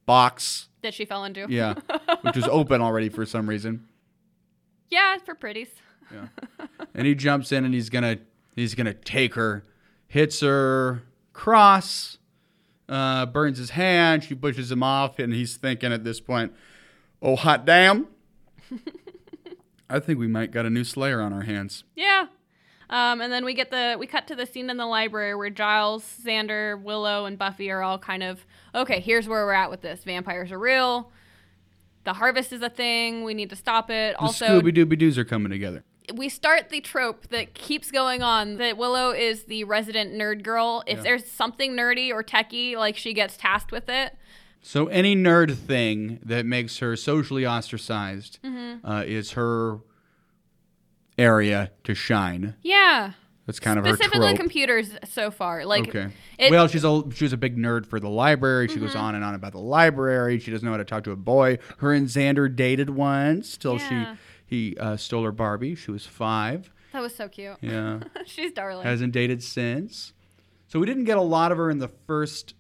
Speaker 1: box
Speaker 2: That she fell into.
Speaker 1: Yeah, which was open already for some reason.
Speaker 2: Yeah, it's for pretties.
Speaker 1: Yeah, and he jumps in and he's gonna he's gonna take her, hits her cross, uh, burns his hand. She pushes him off, and he's thinking at this point, "Oh hot
Speaker 2: <laughs>
Speaker 1: damn." I think we might got a new Slayer on our hands.
Speaker 2: Yeah. Um, and then we get the we cut to the scene in the library where Giles, Xander, Willow, and Buffy are all kind of okay. Here's where we're at with this. Vampires are real. The harvest is a thing. We need to stop it.
Speaker 1: The
Speaker 2: also,
Speaker 1: Scooby Dooby Doos are coming together.
Speaker 2: we start the trope that keeps going on that Willow is the resident nerd girl. If
Speaker 1: Yeah.
Speaker 2: there's something nerdy or techie, like she gets tasked with it.
Speaker 1: So any nerd thing that makes her socially ostracized
Speaker 2: Mm-hmm.
Speaker 1: uh, is her area to shine.
Speaker 2: Yeah.
Speaker 1: That's kind of her
Speaker 2: Specifically
Speaker 1: trope.
Speaker 2: computers so far. Like
Speaker 1: Okay.
Speaker 2: it,
Speaker 1: well, she's a she was a big nerd for the library. She goes Mm-hmm. on and on about the library. She doesn't know how to talk to a boy. Her and Xander dated once till
Speaker 2: Yeah.
Speaker 1: she he uh, stole her Barbie. She was five.
Speaker 2: that was so cute.
Speaker 1: <laughs> Yeah,
Speaker 2: <laughs> She's darling.
Speaker 1: hasn't dated since. So we didn't get a lot of her in the first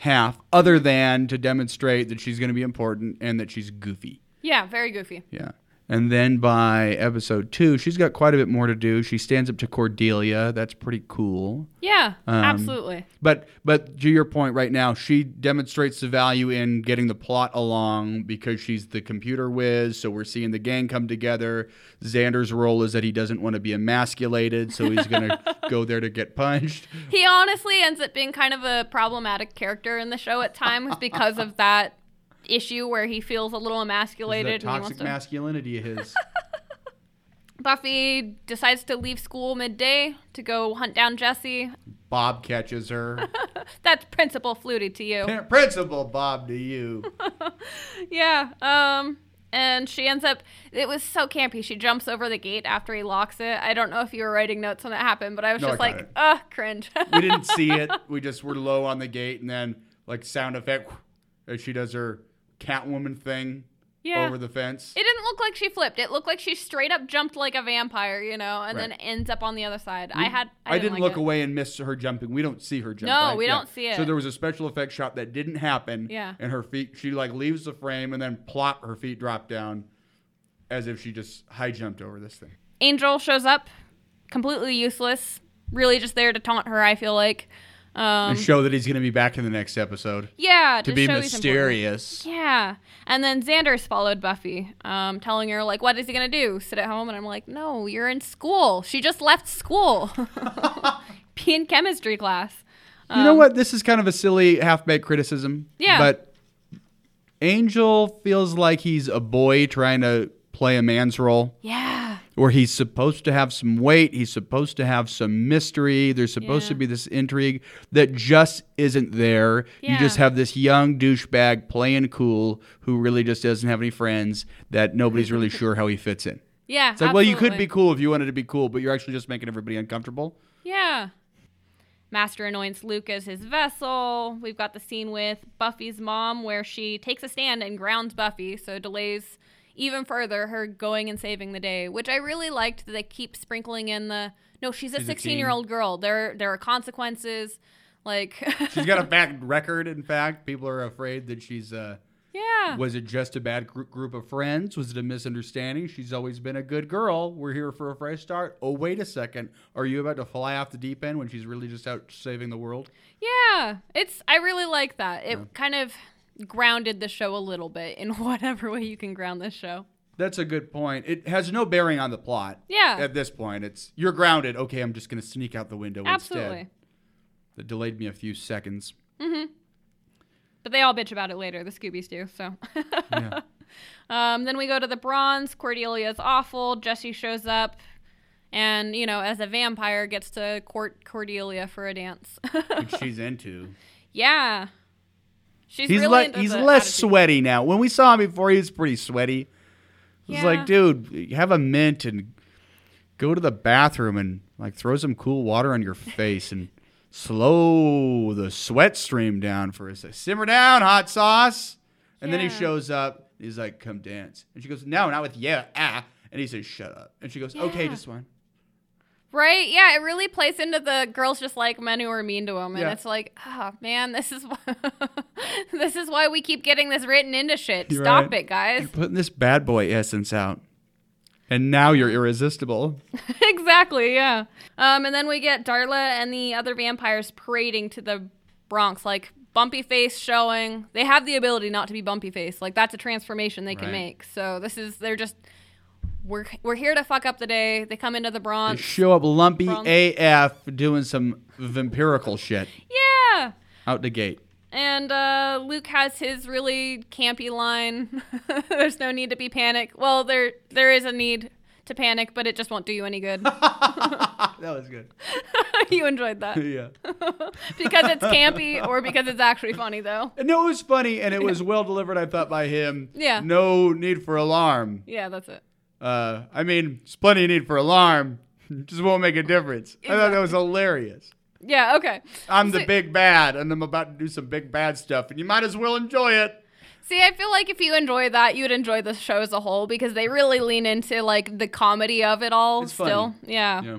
Speaker 1: half, other than to demonstrate that she's going to be important and that she's goofy.
Speaker 2: yeah, very goofy.
Speaker 1: Yeah. And then by episode two, she's got quite a bit more to do. She stands up to Cordelia. That's pretty cool.
Speaker 2: Yeah,
Speaker 1: Um,
Speaker 2: absolutely.
Speaker 1: But but to your point right now, she demonstrates the value in getting the plot along because she's the computer whiz. So we're seeing the gang come together. Xander's role is that he doesn't want to be emasculated, so
Speaker 2: <laughs>
Speaker 1: he's gonna go there to get punched.
Speaker 2: He honestly ends up being kind of a problematic character in the show at
Speaker 1: <laughs>
Speaker 2: times because of that issue where he feels a little
Speaker 1: That
Speaker 2: emasculated and he wants
Speaker 1: toxic
Speaker 2: to
Speaker 1: masculinity of
Speaker 2: <laughs>
Speaker 1: his.
Speaker 2: Buffy decides to leave school midday to go hunt down Jesse.
Speaker 1: Bob catches her. <laughs>
Speaker 2: That's Principal Flutie to you.
Speaker 1: Prin- Principal Bob to you.
Speaker 2: Yeah. Um and she ends up it was so campy. She jumps over the gate after he locks it. I don't know if you were writing notes when that happened, but I was
Speaker 1: No,
Speaker 2: just
Speaker 1: I got
Speaker 2: like,
Speaker 1: it.
Speaker 2: ugh, cringe. <laughs>
Speaker 1: We didn't see it. We just were low on the gate, and then like sound effect as she does her Catwoman thing
Speaker 2: yeah.
Speaker 1: over the fence.
Speaker 2: it didn't look like she flipped. It looked like she straight up jumped like a vampire, you know, and then
Speaker 1: Right.
Speaker 2: ends up on the other side. I had
Speaker 1: I, didn't,
Speaker 2: like
Speaker 1: look
Speaker 2: it.
Speaker 1: away and miss her jumping. We don't see her jump.
Speaker 2: No,
Speaker 1: right?
Speaker 2: we don't see it.
Speaker 1: So there was a special effect shot that didn't happen.
Speaker 2: Yeah.
Speaker 1: And her feet, she like leaves the frame and then plop, her feet drop down, as if she just high jumped over this thing.
Speaker 2: Angel shows up, completely useless, really just there to taunt her, I feel like. Um
Speaker 1: and show that he's gonna be back in the next episode
Speaker 2: yeah,
Speaker 1: to
Speaker 2: just
Speaker 1: be
Speaker 2: show he's important.
Speaker 1: mysterious.
Speaker 2: Yeah. And then Xander's followed Buffy, um, telling her, like, what is he going to do? Sit at home? And I'm like, no, you're in school. She just left school. <laughs> Be in chemistry class.
Speaker 1: You know what? This is kind of a silly half-baked criticism.
Speaker 2: Yeah.
Speaker 1: But Angel feels like he's a boy trying to play a man's role.
Speaker 2: Yeah.
Speaker 1: where he's supposed to have some weight, he's supposed to have some mystery, there's supposed to
Speaker 2: Yeah.
Speaker 1: be this intrigue that just isn't there. You just
Speaker 2: Yeah.
Speaker 1: have this young douchebag playing cool who really just doesn't have any friends that nobody's
Speaker 2: <laughs>
Speaker 1: really sure how he fits in.
Speaker 2: Yeah.
Speaker 1: It's like, well, you could be cool if you wanted to be cool, but you're actually just making
Speaker 2: <laughs>
Speaker 1: everybody uncomfortable.
Speaker 2: Yeah. Master anoints Luke as his vessel. We've got the scene with Buffy's mom where she takes a stand and grounds Buffy, so delays even further her going and saving the day, which I really liked that they keep sprinkling in the no, she's a
Speaker 1: She's a teen.
Speaker 2: 16 year old girl. There there are consequences. Like <laughs>
Speaker 1: She's got a bad record, in fact. People are afraid that she's uh,
Speaker 2: Yeah.
Speaker 1: Was it just a bad gr- group of friends? Was it a misunderstanding? She's always been a good girl. We're here for a fresh start. Oh, wait a second. Are you about to fly off the deep end when she's really just out saving the world?
Speaker 2: Yeah. It's I really like that. It kind of grounded the show a little bit in <laughs> whatever way you can ground this show.
Speaker 1: That's a good point. It has no bearing on the plot.
Speaker 2: Yeah.
Speaker 1: At this point, it's you're grounded. Okay, I'm just going to sneak out the window
Speaker 2: Absolutely.
Speaker 1: instead. That delayed me a
Speaker 2: <laughs>
Speaker 1: few seconds.
Speaker 2: But they all bitch about it later, the Scoobies do, so <laughs>
Speaker 1: Yeah.
Speaker 2: Um, then we go to the bronze. Cordelia's awful. Jesse shows up and, you know, as a vampire, gets to court Cordelia for a dance. <laughs>
Speaker 1: Which she's into.
Speaker 2: yeah. She's
Speaker 1: He's,
Speaker 2: really
Speaker 1: le-
Speaker 2: into
Speaker 1: he's
Speaker 2: the
Speaker 1: less
Speaker 2: attitude.
Speaker 1: sweaty now. When we saw him before, he was pretty sweaty. It was
Speaker 2: Yeah.
Speaker 1: like, dude, have a mint and go to the bathroom and like throw some cool water on your face and slow the sweat stream down for a sec. Simmer down, hot sauce. And then he
Speaker 2: Yeah.
Speaker 1: shows up. He's like, come dance. And she goes, no, not with yeah, ah. And he says, shut up. And she goes, okay,
Speaker 2: Yeah.
Speaker 1: just one.
Speaker 2: Right? Yeah, it really plays into the girls just like men who are mean to them, and
Speaker 1: Yeah.
Speaker 2: it's like, oh man, this is <laughs> why this is why we keep getting this written into shit.
Speaker 1: You're
Speaker 2: Stop
Speaker 1: right.
Speaker 2: it, guys.
Speaker 1: Putting this bad boy essence out. And now you're irresistible.
Speaker 2: exactly. Yeah. Um, and then we get Darla and the other vampires parading to the Bronx, like bumpy face showing. They have the ability not to be bumpy face. Like that's a transformation they can
Speaker 1: Right.
Speaker 2: make. So this is they're just we're we're here to fuck up the day. They come into the Bronx.
Speaker 1: <laughs> show up lumpy
Speaker 2: Bronx.
Speaker 1: AF doing some vampirical shit
Speaker 2: yeah.
Speaker 1: out the gate.
Speaker 2: And uh, Luke has his really campy line. <laughs> There's no need to be panic. Well, there there is a need to panic, but it just won't do you any good. <laughs>
Speaker 1: That was good.
Speaker 2: you enjoyed that
Speaker 1: yeah.
Speaker 2: because it's campy or because it's actually funny though.
Speaker 1: And no, it was funny and it was well delivered, I thought, by him.
Speaker 2: Yeah.
Speaker 1: No need for alarm.
Speaker 2: Yeah, that's it.
Speaker 1: Uh, I mean, it's plenty of need for alarm. <laughs> Just won't make a difference. I thought that was hilarious.
Speaker 2: Yeah, okay.
Speaker 1: I'm the
Speaker 2: See-
Speaker 1: big bad, and I'm about to do some big bad stuff, and you might as well enjoy it.
Speaker 2: See, I feel like if you enjoy that, you'd enjoy the show as a whole because they really lean into like the comedy of it all
Speaker 1: It's funny.
Speaker 2: still. Yeah. Yeah.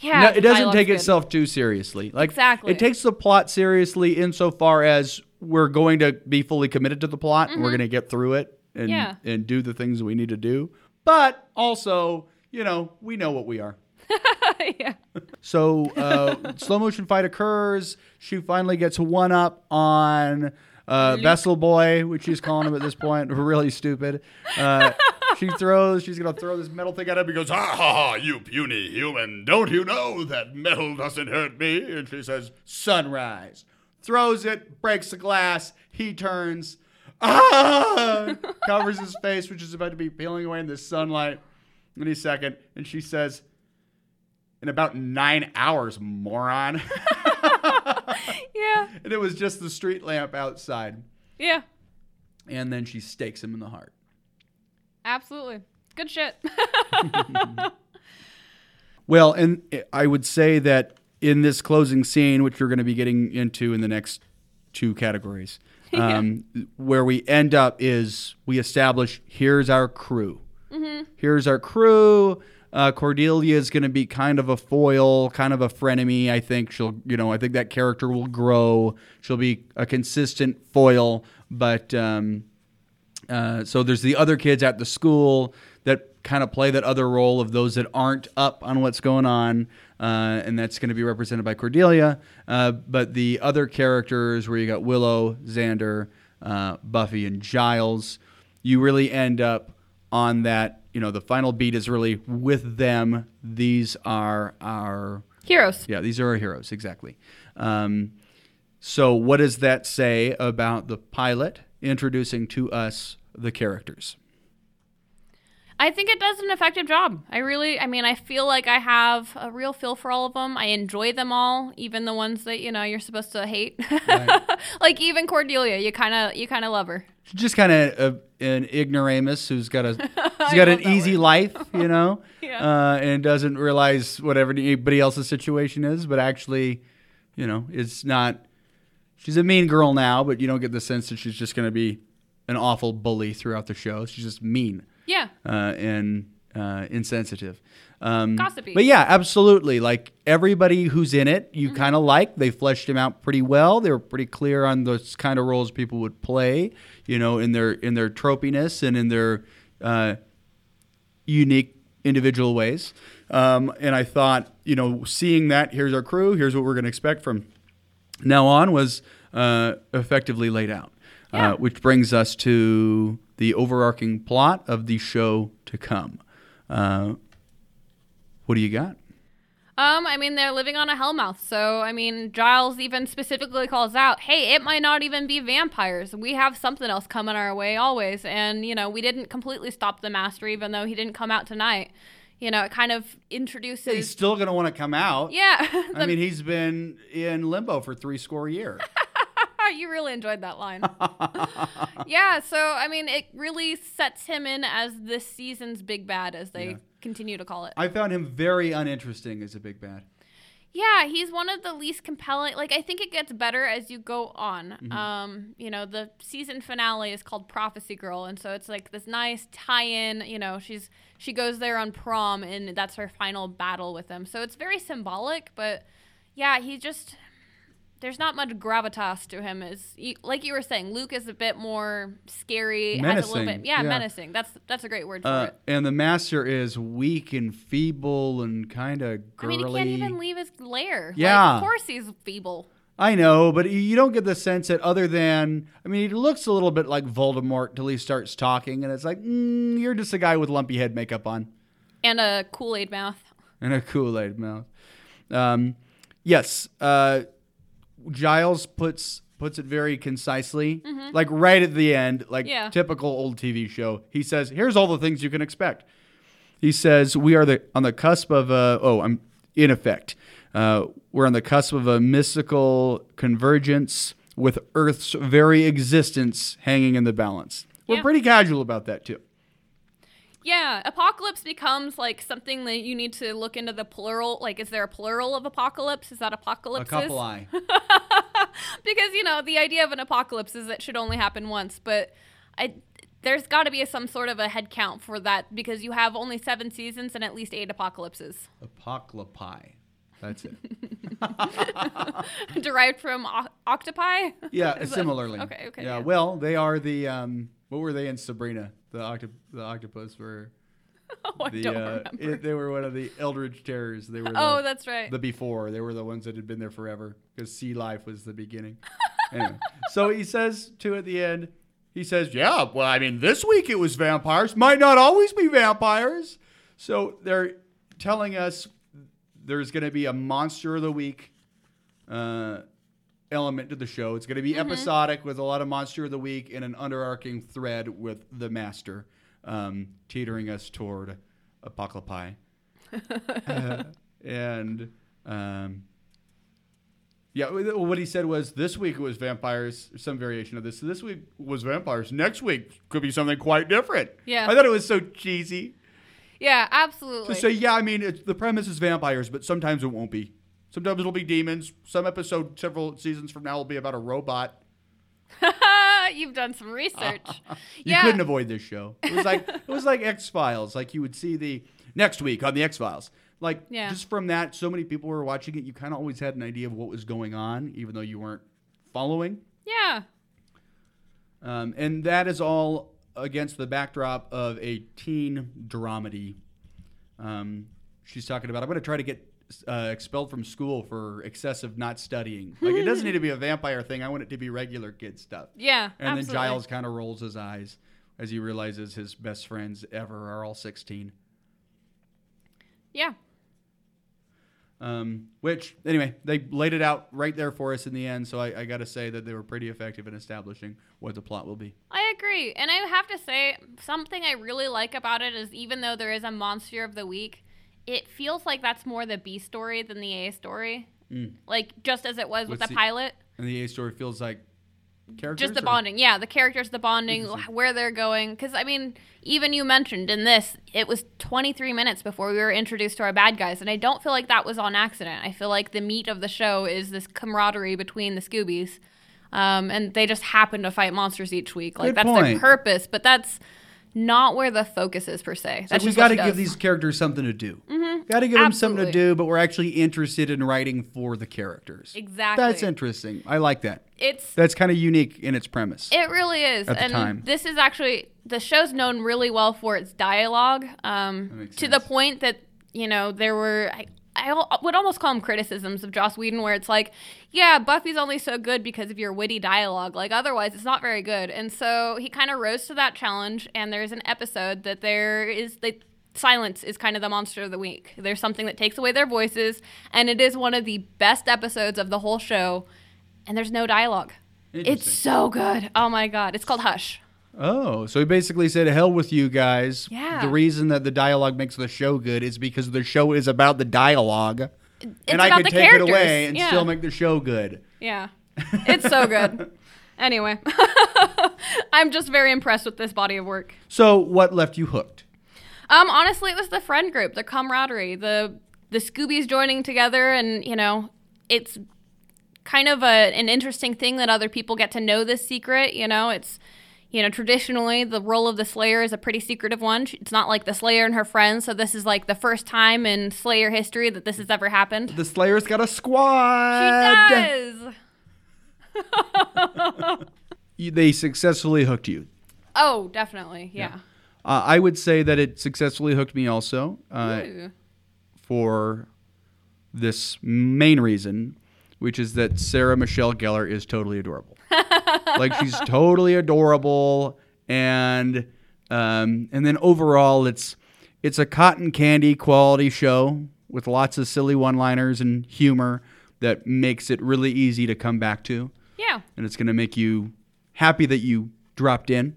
Speaker 1: Yeah. No, it doesn't
Speaker 2: dialogue's
Speaker 1: take
Speaker 2: good.
Speaker 1: itself too seriously. Like
Speaker 2: Exactly.
Speaker 1: it takes the plot seriously insofar as we're going to be fully committed to the plot and we're going to get through it and
Speaker 2: Mm-hmm. Yeah.
Speaker 1: and do the things we need to do. But also, you know, we know what we are.
Speaker 2: <laughs> yeah.
Speaker 1: So uh, slow motion fight occurs. She finally gets one up on uh, Vessel Boy, which she's calling him at this point. <laughs> Really stupid. Uh, she throws. She's gonna throw this metal thing at him. He goes, "Ha ha ha! You puny human! Don't you know that metal doesn't hurt me?" And she says, "Sunrise." Throws it, breaks the glass. He turns. Ah! Covers his face, which is about to be peeling away in the sunlight. Any second, and she says, in about nine hours, moron. <laughs>
Speaker 2: Yeah.
Speaker 1: and it was just the street lamp outside.
Speaker 2: Yeah.
Speaker 1: And then she stakes him in the heart.
Speaker 2: Absolutely. Good shit. <laughs>
Speaker 1: Well, and I would say that in this closing scene, which we're going to be getting into in the next two categories, um, where we end up is we establish here's our crew. Here's our crew. Uh, Cordelia is going to be kind of a foil, kind of a frenemy. I think she'll, you know, I think that character will grow. She'll be a consistent foil, but um, Uh, so there's the other kids at the school that kind of play that other role of those that aren't up on what's going on, uh, and that's going to be represented by Cordelia. Uh, but the other characters, where you got Willow, Xander, uh, Buffy, and Giles, you really end up on that. You know, the final beat is really with them. These are our
Speaker 2: Heroes.
Speaker 1: yeah, these are our heroes, exactly. Um, so, what does that say about the pilot introducing to us the characters?
Speaker 2: I think it does an effective job. I really, I mean, I feel like I have a real feel for all of them. I enjoy them all, even the ones that you know you're supposed to hate. <laughs> like even Cordelia, you kind of you kind of love her.
Speaker 1: Just kind of a, an ignoramus who's
Speaker 2: <laughs>
Speaker 1: got a he's got an
Speaker 2: that
Speaker 1: easy life,
Speaker 2: <laughs>
Speaker 1: you know,
Speaker 2: Yeah.
Speaker 1: uh, and doesn't realize what everybody else's situation is, but actually, you know, it's not. She's a mean girl now, but you don't get the sense that she's just going to be an awful bully throughout the show. She's just mean.
Speaker 2: Yeah,
Speaker 1: uh, and uh, insensitive. Um,
Speaker 2: Gossipy.
Speaker 1: But yeah, absolutely. Like everybody who's in it, you kind of like. They fleshed him out pretty well. They were pretty clear on those kind of roles people would play. You know, in their in their tropiness and in their uh, unique individual ways. Um, and I thought, you know, seeing that, here's our crew, here's what we're going to expect from now on, was uh, effectively laid out.
Speaker 2: Yeah.
Speaker 1: Uh, which brings us to the overarching plot of the show to come. Uh, what do you got?
Speaker 2: Um, I mean, they're living on a hellmouth. So, I mean, Giles even specifically calls out, hey, it might not even be vampires. We have something else coming our way always. And, you know, we didn't completely stop the master, even though he didn't come out tonight. You know, it kind of
Speaker 1: He's
Speaker 2: introduces.
Speaker 1: still going to want to come out.
Speaker 2: <laughs> Yeah. <laughs>
Speaker 1: I mean, he's been in limbo for three
Speaker 2: <laughs>
Speaker 1: score years.
Speaker 2: you really enjoyed that
Speaker 1: <laughs>
Speaker 2: line. yeah. So, I mean, it really sets him in as this season's big bad, as they
Speaker 1: Yeah.
Speaker 2: continue to call it.
Speaker 1: I found him very uninteresting as a big bad.
Speaker 2: Yeah, he's one of the least compelling. Like I think it gets better as you go on.
Speaker 1: Mm-hmm.
Speaker 2: Um, you know, the season finale is called Prophecy Girl, and so it's like this nice tie-in. You know, she's she goes there on prom, and that's her final battle with him. So it's very symbolic, but yeah, he just there's not much gravitas to him. Is like you were saying, Luke is a bit more scary, has a little
Speaker 1: Menacing,
Speaker 2: bit yeah,
Speaker 1: yeah.
Speaker 2: menacing. That's that's a great word for
Speaker 1: Uh,
Speaker 2: it.
Speaker 1: and the master is weak and feeble and kind of
Speaker 2: I
Speaker 1: girly.
Speaker 2: mean, he can't even leave his lair. like,
Speaker 1: Yeah.
Speaker 2: of course he's feeble.
Speaker 1: I know, but you don't get the sense that other than, I mean, he looks a little bit like Voldemort till he starts talking, and it's like, mm, you're just a guy with lumpy head makeup on
Speaker 2: And a Kool Aid mouth.
Speaker 1: and a Kool Aid mouth. Um, yes, uh, Giles puts puts it very concisely, like right at the end, like
Speaker 2: Mm-hmm. Yeah.
Speaker 1: typical old TV show. He says, "Here's all the things you can expect." He says, "We are the on the cusp of a oh, I'm in effect. Uh, we're on the cusp of a mystical convergence with Earth's very existence hanging in the balance."
Speaker 2: Yeah.
Speaker 1: We're pretty casual about that too.
Speaker 2: Yeah, apocalypse becomes like something that you need to look into the plural. Like, is there a plural of apocalypse? Is that
Speaker 1: A
Speaker 2: apocalypses? <laughs>
Speaker 1: couple eye.
Speaker 2: because you know the idea of an apocalypse is it should only happen once, but I, there's got to be some sort of a head count for that because you have only seven seasons and at least eight apocalypses <laughs>
Speaker 1: Apocalypi. That's it.
Speaker 2: derived from o- octopi. <laughs>
Speaker 1: Yeah,
Speaker 2: Is that-
Speaker 1: similarly.
Speaker 2: okay, okay,
Speaker 1: Yeah,
Speaker 2: yeah.
Speaker 1: well, they are the um, what were they in Sabrina? The octop- the octopus were
Speaker 2: oh, I
Speaker 1: the
Speaker 2: don't
Speaker 1: uh,
Speaker 2: remember.
Speaker 1: it- they were one of the Eldritch terrors. They were the,
Speaker 2: oh, that's right.
Speaker 1: the before. They were the ones that had been there forever because sea life was
Speaker 2: <laughs>
Speaker 1: the beginning. anyway, so he says to at the end, he says, "Yeah, well, I mean, this week it was vampires. Might not always be vampires." So they're telling us there's going to be a monster of the week uh, element to the show. It's going to be episodic with a lot of monster of the week and an underarching thread with the master, um, teetering us toward apocalypse. Uh, and um, yeah, wh- what he said was this week was vampires, some variation of this. This week was vampires. Next week could be something quite different.
Speaker 2: Yeah.
Speaker 1: I thought it was so cheesy
Speaker 2: yeah,
Speaker 1: to
Speaker 2: absolutely.
Speaker 1: say, yeah, I mean, it's, the premise is vampires, but sometimes it won't be. Sometimes it'll be demons. Some episode, several seasons from now, will be about a robot.
Speaker 2: <laughs> You've done some research.
Speaker 1: <laughs> You
Speaker 2: yeah.
Speaker 1: couldn't avoid this show. It was like it was like X Files. Like you would see the next week on the X Files. Like
Speaker 2: Yeah.
Speaker 1: just from that, so many people were watching it. You kind of always had an idea of what was going on, even though you weren't following.
Speaker 2: yeah.
Speaker 1: Um, and that is all against the backdrop of a teen dramedy. Um, she's talking about, I'm going to try to get uh, expelled from school for excessive not
Speaker 2: <laughs>
Speaker 1: studying. Like, it doesn't need to be a vampire thing. I want it to be regular kid stuff.
Speaker 2: Yeah.
Speaker 1: And
Speaker 2: absolutely.
Speaker 1: then Giles kind of rolls his eyes as he realizes his best friends ever are all 16.
Speaker 2: Yeah.
Speaker 1: Um, which, anyway, they laid it out right there for us in the end. So I, I got to say that they were pretty effective in establishing what the plot will be.
Speaker 2: I agree. And I have to say, something I really like about it is even though there is a monster of the week, it feels like that's more the B story than the A story. Like, just as it was with the
Speaker 1: What's the-
Speaker 2: pilot.
Speaker 1: And the A story feels like characters.
Speaker 2: Just the
Speaker 1: or-
Speaker 2: bonding. Yeah, the characters, the bonding, where they're going. Because, I mean, even you mentioned in this, it was 23 minutes before we were introduced to our bad guys. And I don't feel like that was on accident. I feel like the meat of the show is this camaraderie between the Scoobies. Um, and they just happen to fight monsters each week. Like,
Speaker 1: Good
Speaker 2: that's their
Speaker 1: point.
Speaker 2: purpose. But that's not where the focus is, per se.
Speaker 1: Like,
Speaker 2: That's
Speaker 1: we
Speaker 2: got to
Speaker 1: give these characters something to do. Mm-hmm. Got to give them something to
Speaker 2: Absolutely.
Speaker 1: do, but we're actually interested in writing for the characters.
Speaker 2: Exactly.
Speaker 1: That's interesting. I like that.
Speaker 2: It's
Speaker 1: That's kind of unique in its premise.
Speaker 2: It really is.
Speaker 1: At the
Speaker 2: and
Speaker 1: time.
Speaker 2: this is actually the show's known really well for its dialogue.
Speaker 1: That
Speaker 2: Um,
Speaker 1: makes
Speaker 2: to the
Speaker 1: sense.
Speaker 2: point that you know there were. I, I al- would almost call them criticisms of Joss Whedon, where it's like, yeah, Buffy's only so good because of your witty dialogue. Like, otherwise, it's not very good. And so he kind of rose to that challenge. And there's an episode that there is that silence is kind of the monster of the week. There's something that takes away their voices, and it is one of the best episodes of the whole show. And there's no dialogue. It's
Speaker 1: Interesting.
Speaker 2: so good. Oh my god. It's called Hush.
Speaker 1: oh, so he basically said, "Hell with you guys."
Speaker 2: Yeah.
Speaker 1: The reason that the dialogue makes the show good is because the show is about the dialogue, and I
Speaker 2: about
Speaker 1: could
Speaker 2: the
Speaker 1: take
Speaker 2: characters.
Speaker 1: it away and
Speaker 2: Yeah.
Speaker 1: still make the show good.
Speaker 2: Yeah. It's so good. anyway. <laughs> I'm just very impressed with this body of work.
Speaker 1: So, what left you hooked?
Speaker 2: Um honestly, it was the friend group, the camaraderie, the the Scoobies joining together and, you know, it's kind of a, an interesting thing that other people get to know this secret, you know, it's you know, traditionally the role of the Slayer is a pretty secretive one. She- It's not like the Slayer and her friends, so this is like the first time in Slayer history that this has ever happened.
Speaker 1: The Slayer's got a squad.
Speaker 2: She does.
Speaker 1: You- They successfully hooked you.
Speaker 2: Oh, definitely. Yeah.
Speaker 1: Uh, I would say that it successfully hooked me also uh,
Speaker 2: Ooh.
Speaker 1: for this main reason, which is that Sarah Michelle Gellar is totally adorable. like she's totally adorable, and um, and then overall, it's it's a cotton candy quality show with lots of silly one-liners and humor that makes it really easy to come back to
Speaker 2: Yeah.
Speaker 1: and it's going to make you happy that you dropped in.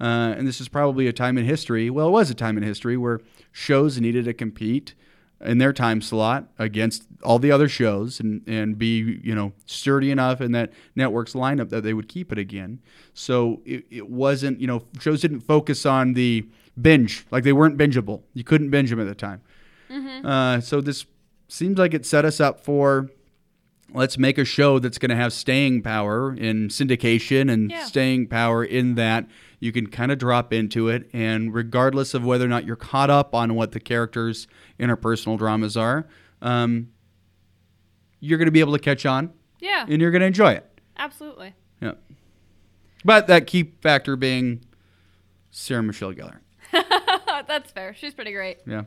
Speaker 1: Uh, and this is probably a time in history. Well, it was a time in history where shows needed to compete in their time slot against all the other shows and, and be you know sturdy enough in that network's lineup that they would keep it again. So it, it wasn't you know shows didn't focus on the binge like they weren't bingeable. You couldn't binge them at the time. Uh, so this seems like it set us up for let's make a show that's going to have staying power in syndication and
Speaker 2: Yeah.
Speaker 1: staying power in that you can kind of drop into it and regardless of whether or not you're caught up on what the characters interpersonal dramas are um, you're going to be able to catch on
Speaker 2: Yeah.
Speaker 1: and you're going to enjoy it
Speaker 2: Absolutely.
Speaker 1: yeah but that key factor being sarah michelle gellar
Speaker 2: Oh, That's fair. She's pretty great.
Speaker 1: yeah.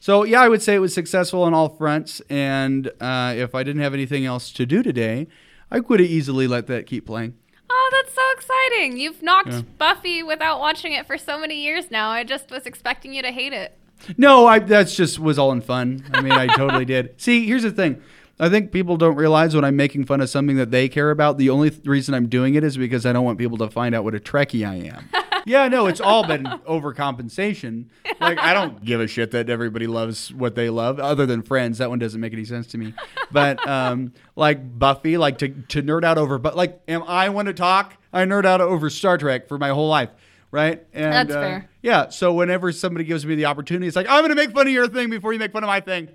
Speaker 1: So yeah, I would say it was successful on all fronts. And uh, if I didn't have anything else to do today, I could have easily let that keep playing.
Speaker 2: Oh, that's so exciting. You've knocked
Speaker 1: Yeah.
Speaker 2: Buffy without watching it for so many years now. I just was expecting you to hate it.
Speaker 1: No, I that's just was all in fun. I mean, I totally did.
Speaker 2: <laughs>
Speaker 1: See, here's the thing. I think people don't realize when I'm making fun of something that they care about, the only th- reason I'm doing it is because I don't want people to find out what a Trekkie I
Speaker 2: <laughs>
Speaker 1: am. yeah, no, it's all been overcompensation. Like, I don't give a shit that everybody loves what they love other than friends. That one doesn't make any sense to me. But, um, like, Buffy, like, to, to nerd out over, but, like, am I want to talk? I nerd out over Star Trek for my whole life, right? And,
Speaker 2: That's
Speaker 1: uh,
Speaker 2: fair.
Speaker 1: yeah. So whenever somebody gives me the opportunity, it's like, I'm going to make fun of your thing before you make fun of my thing.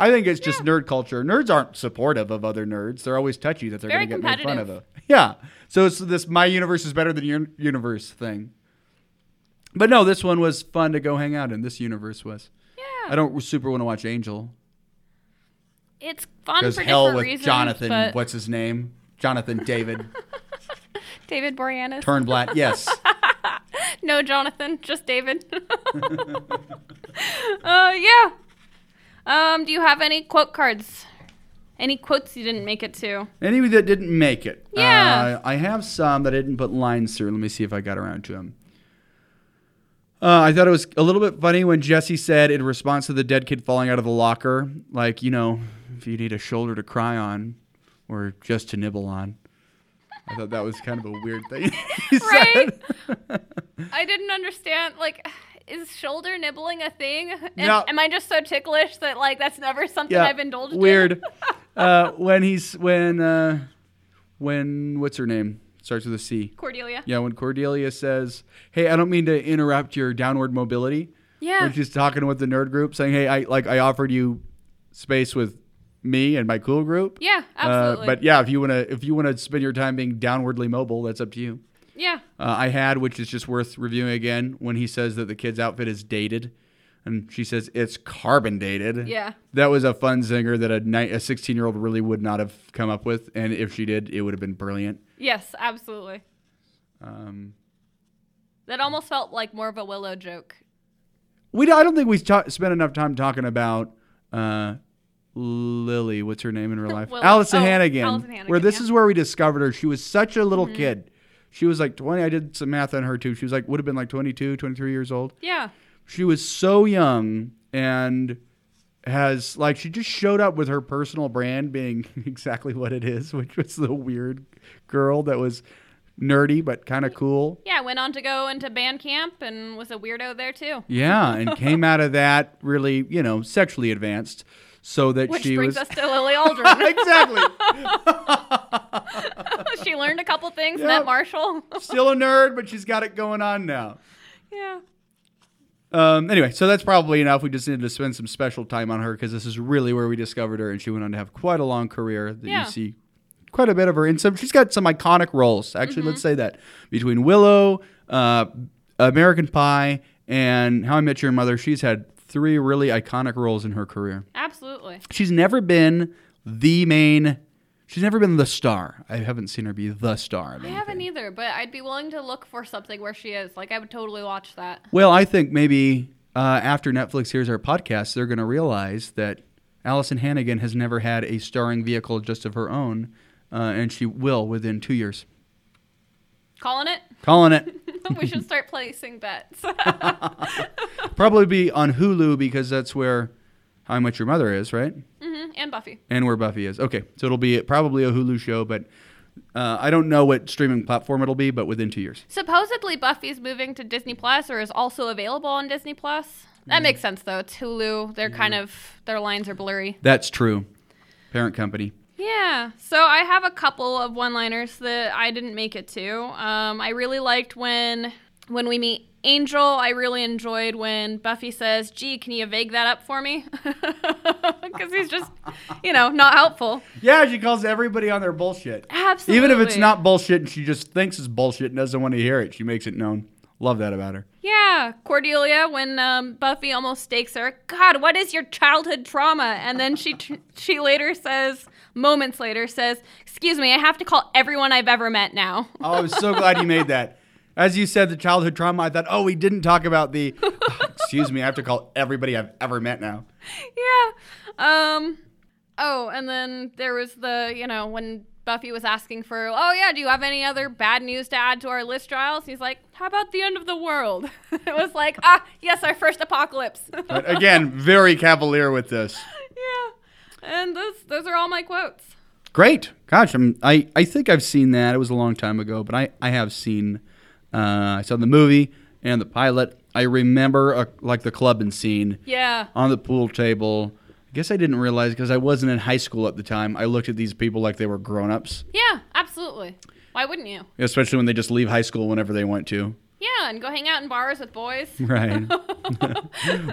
Speaker 1: I think it's just nerd culture. Nerds aren't supportive of other nerds. They're always touchy that they're
Speaker 2: Very
Speaker 1: going to get made fun of.
Speaker 2: competitive.
Speaker 1: Yeah. So it's this my universe is better than your universe thing. But no, this one was fun to go hang out in. This universe was.
Speaker 2: Yeah.
Speaker 1: I don't super want to watch Angel
Speaker 2: It's fun
Speaker 1: because
Speaker 2: for
Speaker 1: hell
Speaker 2: different
Speaker 1: with
Speaker 2: reasons.
Speaker 1: Jonathan.
Speaker 2: but
Speaker 1: What's his name?
Speaker 2: <laughs>
Speaker 1: Jonathan David
Speaker 2: David Boreanaz.
Speaker 1: Turnblatt. Yes.
Speaker 2: No, Jonathan, just
Speaker 1: <laughs>
Speaker 2: David. <laughs> uh, yeah. Um, do you have any quote cards? Any quotes you didn't make it to?
Speaker 1: Any that didn't make it.
Speaker 2: Yeah.
Speaker 1: Uh, I have some that I didn't put lines through. Let me see if I got around to them. Uh, I thought it was a little bit funny when Jesse said, in response to the dead kid falling out of the locker, like, you know, if you need a shoulder to cry on or just to nibble on. I thought that was kind of a weird thing. <laughs> he
Speaker 2: Right?
Speaker 1: said.
Speaker 2: I didn't understand. Like, is shoulder nibbling a thing? Am,
Speaker 1: No.
Speaker 2: am I just so ticklish that like that's never something
Speaker 1: Yeah.
Speaker 2: I've indulged in?
Speaker 1: Weird. uh, when he's, when, uh, when, what's her name? Starts with a C.
Speaker 2: Cordelia.
Speaker 1: Yeah, when Cordelia says, "Hey, I don't mean to interrupt your downward mobility,"
Speaker 2: Yeah.
Speaker 1: when she's talking with the nerd group, saying, "Hey, I like I offered you space with me and my cool group."
Speaker 2: Yeah,
Speaker 1: Uh,
Speaker 2: absolutely.
Speaker 1: but yeah, if you wanna if you wanna spend your time being downwardly mobile, that's up to you.
Speaker 2: yeah.
Speaker 1: Uh, I had, which is just worth reviewing again, when he says that the kid's outfit is dated. And she says it's carbon dated.
Speaker 2: Yeah.
Speaker 1: That was a fun zinger that a ni- a 16 year old really would not have come up with. And if she did, it would have been brilliant.
Speaker 2: Yes, absolutely.
Speaker 1: Um,
Speaker 2: That almost felt like more of a Willow joke.
Speaker 1: we don't- I don't think we ta- spent enough time talking about uh, Lily. What's her name
Speaker 2: <laughs>
Speaker 1: in real life?
Speaker 2: Willow.
Speaker 1: Allison
Speaker 2: Oh,
Speaker 1: Hannigan.
Speaker 2: Allison Hannigan,
Speaker 1: Where this
Speaker 2: yeah. Mm-hmm.
Speaker 1: is where we discovered her. She was such a little kid. She was like 20. I did some math on her too. She was like would have been like 22, 23 years old.
Speaker 2: Yeah.
Speaker 1: She was so young and has like she just showed up with her personal brand being <laughs> exactly what it is, which was the weird girl that was nerdy but kind of cool.
Speaker 2: Yeah, went on to go into band camp and was a weirdo there too.
Speaker 1: Yeah, and came out of that really, you know, sexually advanced so that
Speaker 2: Which
Speaker 1: she
Speaker 2: brings us
Speaker 1: was
Speaker 2: to Lily Aldrin.
Speaker 1: <laughs> Exactly.
Speaker 2: she learned a couple things,
Speaker 1: Yep.
Speaker 2: met Marshall. <laughs>
Speaker 1: Still a nerd, but she's got it going on now.
Speaker 2: yeah.
Speaker 1: Um, anyway, so that's probably enough. We just needed to spend some special time on her because this is really where we discovered her, and she went on to have quite a long career that
Speaker 2: Yeah.
Speaker 1: you see quite a bit of her. And some she's got some iconic roles. Actually, let's
Speaker 2: Mm-hmm.
Speaker 1: say that between Willow, uh, American Pie, and How I Met Your Mother, she's had three really iconic roles in her career.
Speaker 2: Absolutely.
Speaker 1: She's never been the main. She's never been the star. I haven't seen her be the star. of
Speaker 2: I
Speaker 1: anything.
Speaker 2: haven't either, but I'd be willing to look for something where she is. Like I would totally watch that.
Speaker 1: Well, I think maybe uh, after Netflix hears our podcast, they're going to realize that Allison Hannigan has never had a starring vehicle just of her own, uh, and she will within two years.
Speaker 2: Calling it? <laughs>
Speaker 1: Calling it.
Speaker 2: we should start placing bets. <laughs> Mm-hmm,
Speaker 1: Probably be on Hulu because that's where How Much Your Mother is, right?
Speaker 2: hmm And Buffy.
Speaker 1: And where Buffy is. Okay, so it'll be probably a Hulu show, but uh, I don't know what streaming platform it'll be, but within two years.
Speaker 2: Supposedly Buffy's moving to Disney Plus or is also available on Disney Plus. That makes sense though. It's Hulu. They're kind of their lines are blurry.
Speaker 1: That's true. Parent company.
Speaker 2: Yeah. So I have a couple of one-liners that I didn't make it to. Um, I really liked when when we meet Angel. I really enjoyed when Buffy says, "Gee, can you vague that up for me?" <laughs> Because he's just, you know, not helpful.
Speaker 1: Yeah, she calls everybody on their bullshit.
Speaker 2: Absolutely.
Speaker 1: Even if it's not bullshit and she just thinks it's bullshit and doesn't want to hear it, she makes it known. Love that about her.
Speaker 2: Yeah, Cordelia, when um, Buffy almost stakes her, God, what is your childhood trauma? And then she tr- she later says, moments later says, "Excuse me, I have to call everyone I've ever met now." <laughs>
Speaker 1: Oh, I was so glad you made that. As you said, the childhood trauma, I thought, oh, we didn't talk about the. oh, excuse me, I have to call everybody I've ever met now.
Speaker 2: yeah. Um. Oh, and then there was the you know when Buffy was asking for, "Oh yeah, do you have any other bad news to add to our list, Giles?" He's like, "How about the end of the world?" <laughs> it was like, ah, yes, our first apocalypse. <laughs> yeah.
Speaker 1: But again, very cavalier with this.
Speaker 2: And those those are all my quotes.
Speaker 1: Great. Gosh, I'm, I, I think I've seen that. It was a long time ago, but I, I have seen. Uh, I saw the movie and the pilot. I remember uh like the clubbing scene.
Speaker 2: Yeah.
Speaker 1: on the pool table. I guess I didn't realize because I wasn't in high school at the time. I looked at these people like they were grown ups,
Speaker 2: Yeah, absolutely. Why wouldn't you?
Speaker 1: especially when they just leave high school whenever they want to.
Speaker 2: Yeah, and go hang out in bars with boys. <laughs>
Speaker 1: Right. <laughs>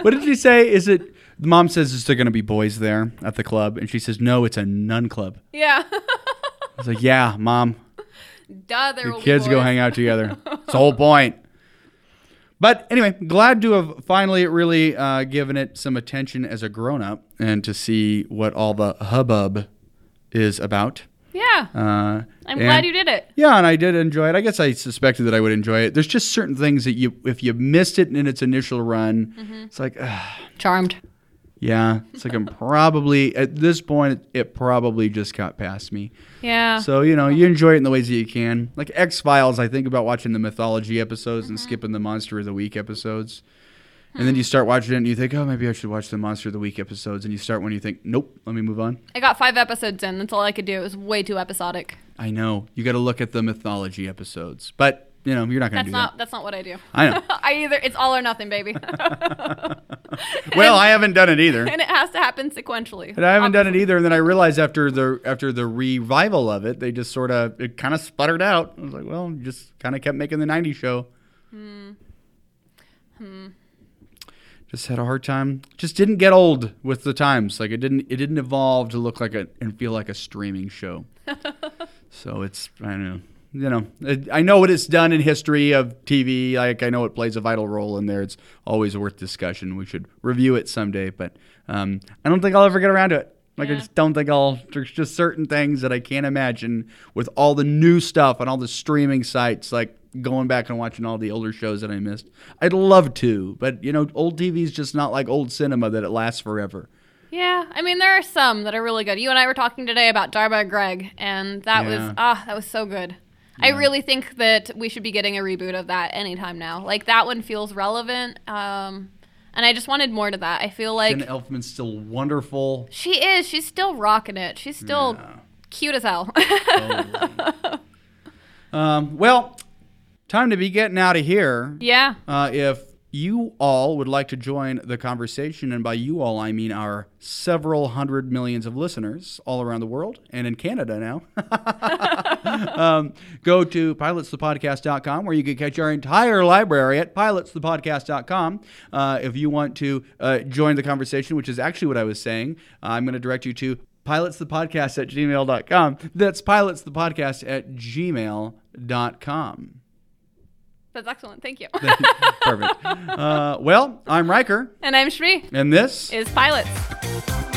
Speaker 1: what did she say? Is it the mom says is there going to be boys there at the club? And she says, no, it's a nun club.
Speaker 2: Yeah. <laughs>
Speaker 1: I was like, yeah, mom,
Speaker 2: Duh, there
Speaker 1: the
Speaker 2: will
Speaker 1: kids
Speaker 2: be
Speaker 1: go hang out together. It's the whole point. But anyway, glad to have finally really uh, given it some attention as a grown up and to see what all the hubbub is about.
Speaker 2: Yeah.
Speaker 1: Uh,
Speaker 2: I'm
Speaker 1: and-
Speaker 2: glad you did it.
Speaker 1: Yeah, and I did enjoy it. I guess I suspected that I would enjoy it. There's just certain things that you, if you missed it in its initial run,
Speaker 2: Mm-hmm.
Speaker 1: it's like, ugh,
Speaker 2: Charmed.
Speaker 1: yeah, it's like I'm probably at this point, it probably just got past me.
Speaker 2: Yeah.
Speaker 1: So you know, you enjoy it in the ways that you can. Like X Files, I think about watching the mythology episodes
Speaker 2: Mm-hmm.
Speaker 1: and skipping the Monster of the Week episodes. And
Speaker 2: Hmm.
Speaker 1: then you start watching it and you think, oh, maybe I should watch the Monster of the Week episodes. And you start when you think, nope, let me move on.
Speaker 2: I got five episodes in. That's all I could do. It was way too episodic.
Speaker 1: I know. You got to look at the mythology episodes. But, you know, you're not going
Speaker 2: That's
Speaker 1: to do
Speaker 2: not
Speaker 1: that.
Speaker 2: that's not what I do.
Speaker 1: I know.
Speaker 2: <laughs> I either it's all or nothing,
Speaker 1: <laughs>
Speaker 2: baby. <laughs>
Speaker 1: Well, I haven't done it either.
Speaker 2: <laughs> and it has to happen sequentially.
Speaker 1: And I haven't done it either. And then I realized after the after the revival of it, they just sort of it kind of sputtered out. I was like, well, you just kind of kept making the '90s show. Hmm. Just had a hard time. Just didn't get old with the times. Like it didn't it didn't evolve to look like a and feel like a streaming show. so it's I don't know. you know, I- I know what it's done in history of TV. Like I know it plays a vital role in there. It's always worth discussion. We should review it someday, but um, I don't think I'll ever get around to it. Like I
Speaker 2: Yeah.
Speaker 1: just don't think I'll. There's just certain things that I can't imagine with all the new stuff and all the streaming sites. Like going back and watching all the older shows that I missed. I'd love to, but you know, old TV's just not like old cinema that it lasts forever.
Speaker 2: Yeah, I mean there are some that are really good. You and I were talking today about Darba Greg, and that
Speaker 1: Yeah.
Speaker 2: was ah, that was so good. I really think that we should be getting a reboot of that anytime now. Like that one feels relevant, um, and I just wanted more to that. I feel like
Speaker 1: Jen Elfman's still wonderful.
Speaker 2: she is. She's still rocking it. She's still cute as hell. <laughs>
Speaker 1: Um, well, time to be getting out of here.
Speaker 2: yeah.
Speaker 1: Uh, if you all would like to join the conversation, and by you all, I mean our several hundred millions of listeners all around the world and in Canada now, <laughs> um, go to pilotsthepodcast.com where you can catch our entire library at pilotsthepodcast.com. Uh, if you want to uh, join the conversation, which is actually what I was saying, I'm going to direct you to pilotsthepodcast at gmail.com. That's pilotsthepodcast at gmail.com.
Speaker 2: That's excellent. Thank you.
Speaker 1: <laughs> Perfect. Uh, well, I'm Riker,
Speaker 2: <laughs> and I'm Shri.
Speaker 1: and this
Speaker 2: Is pilots.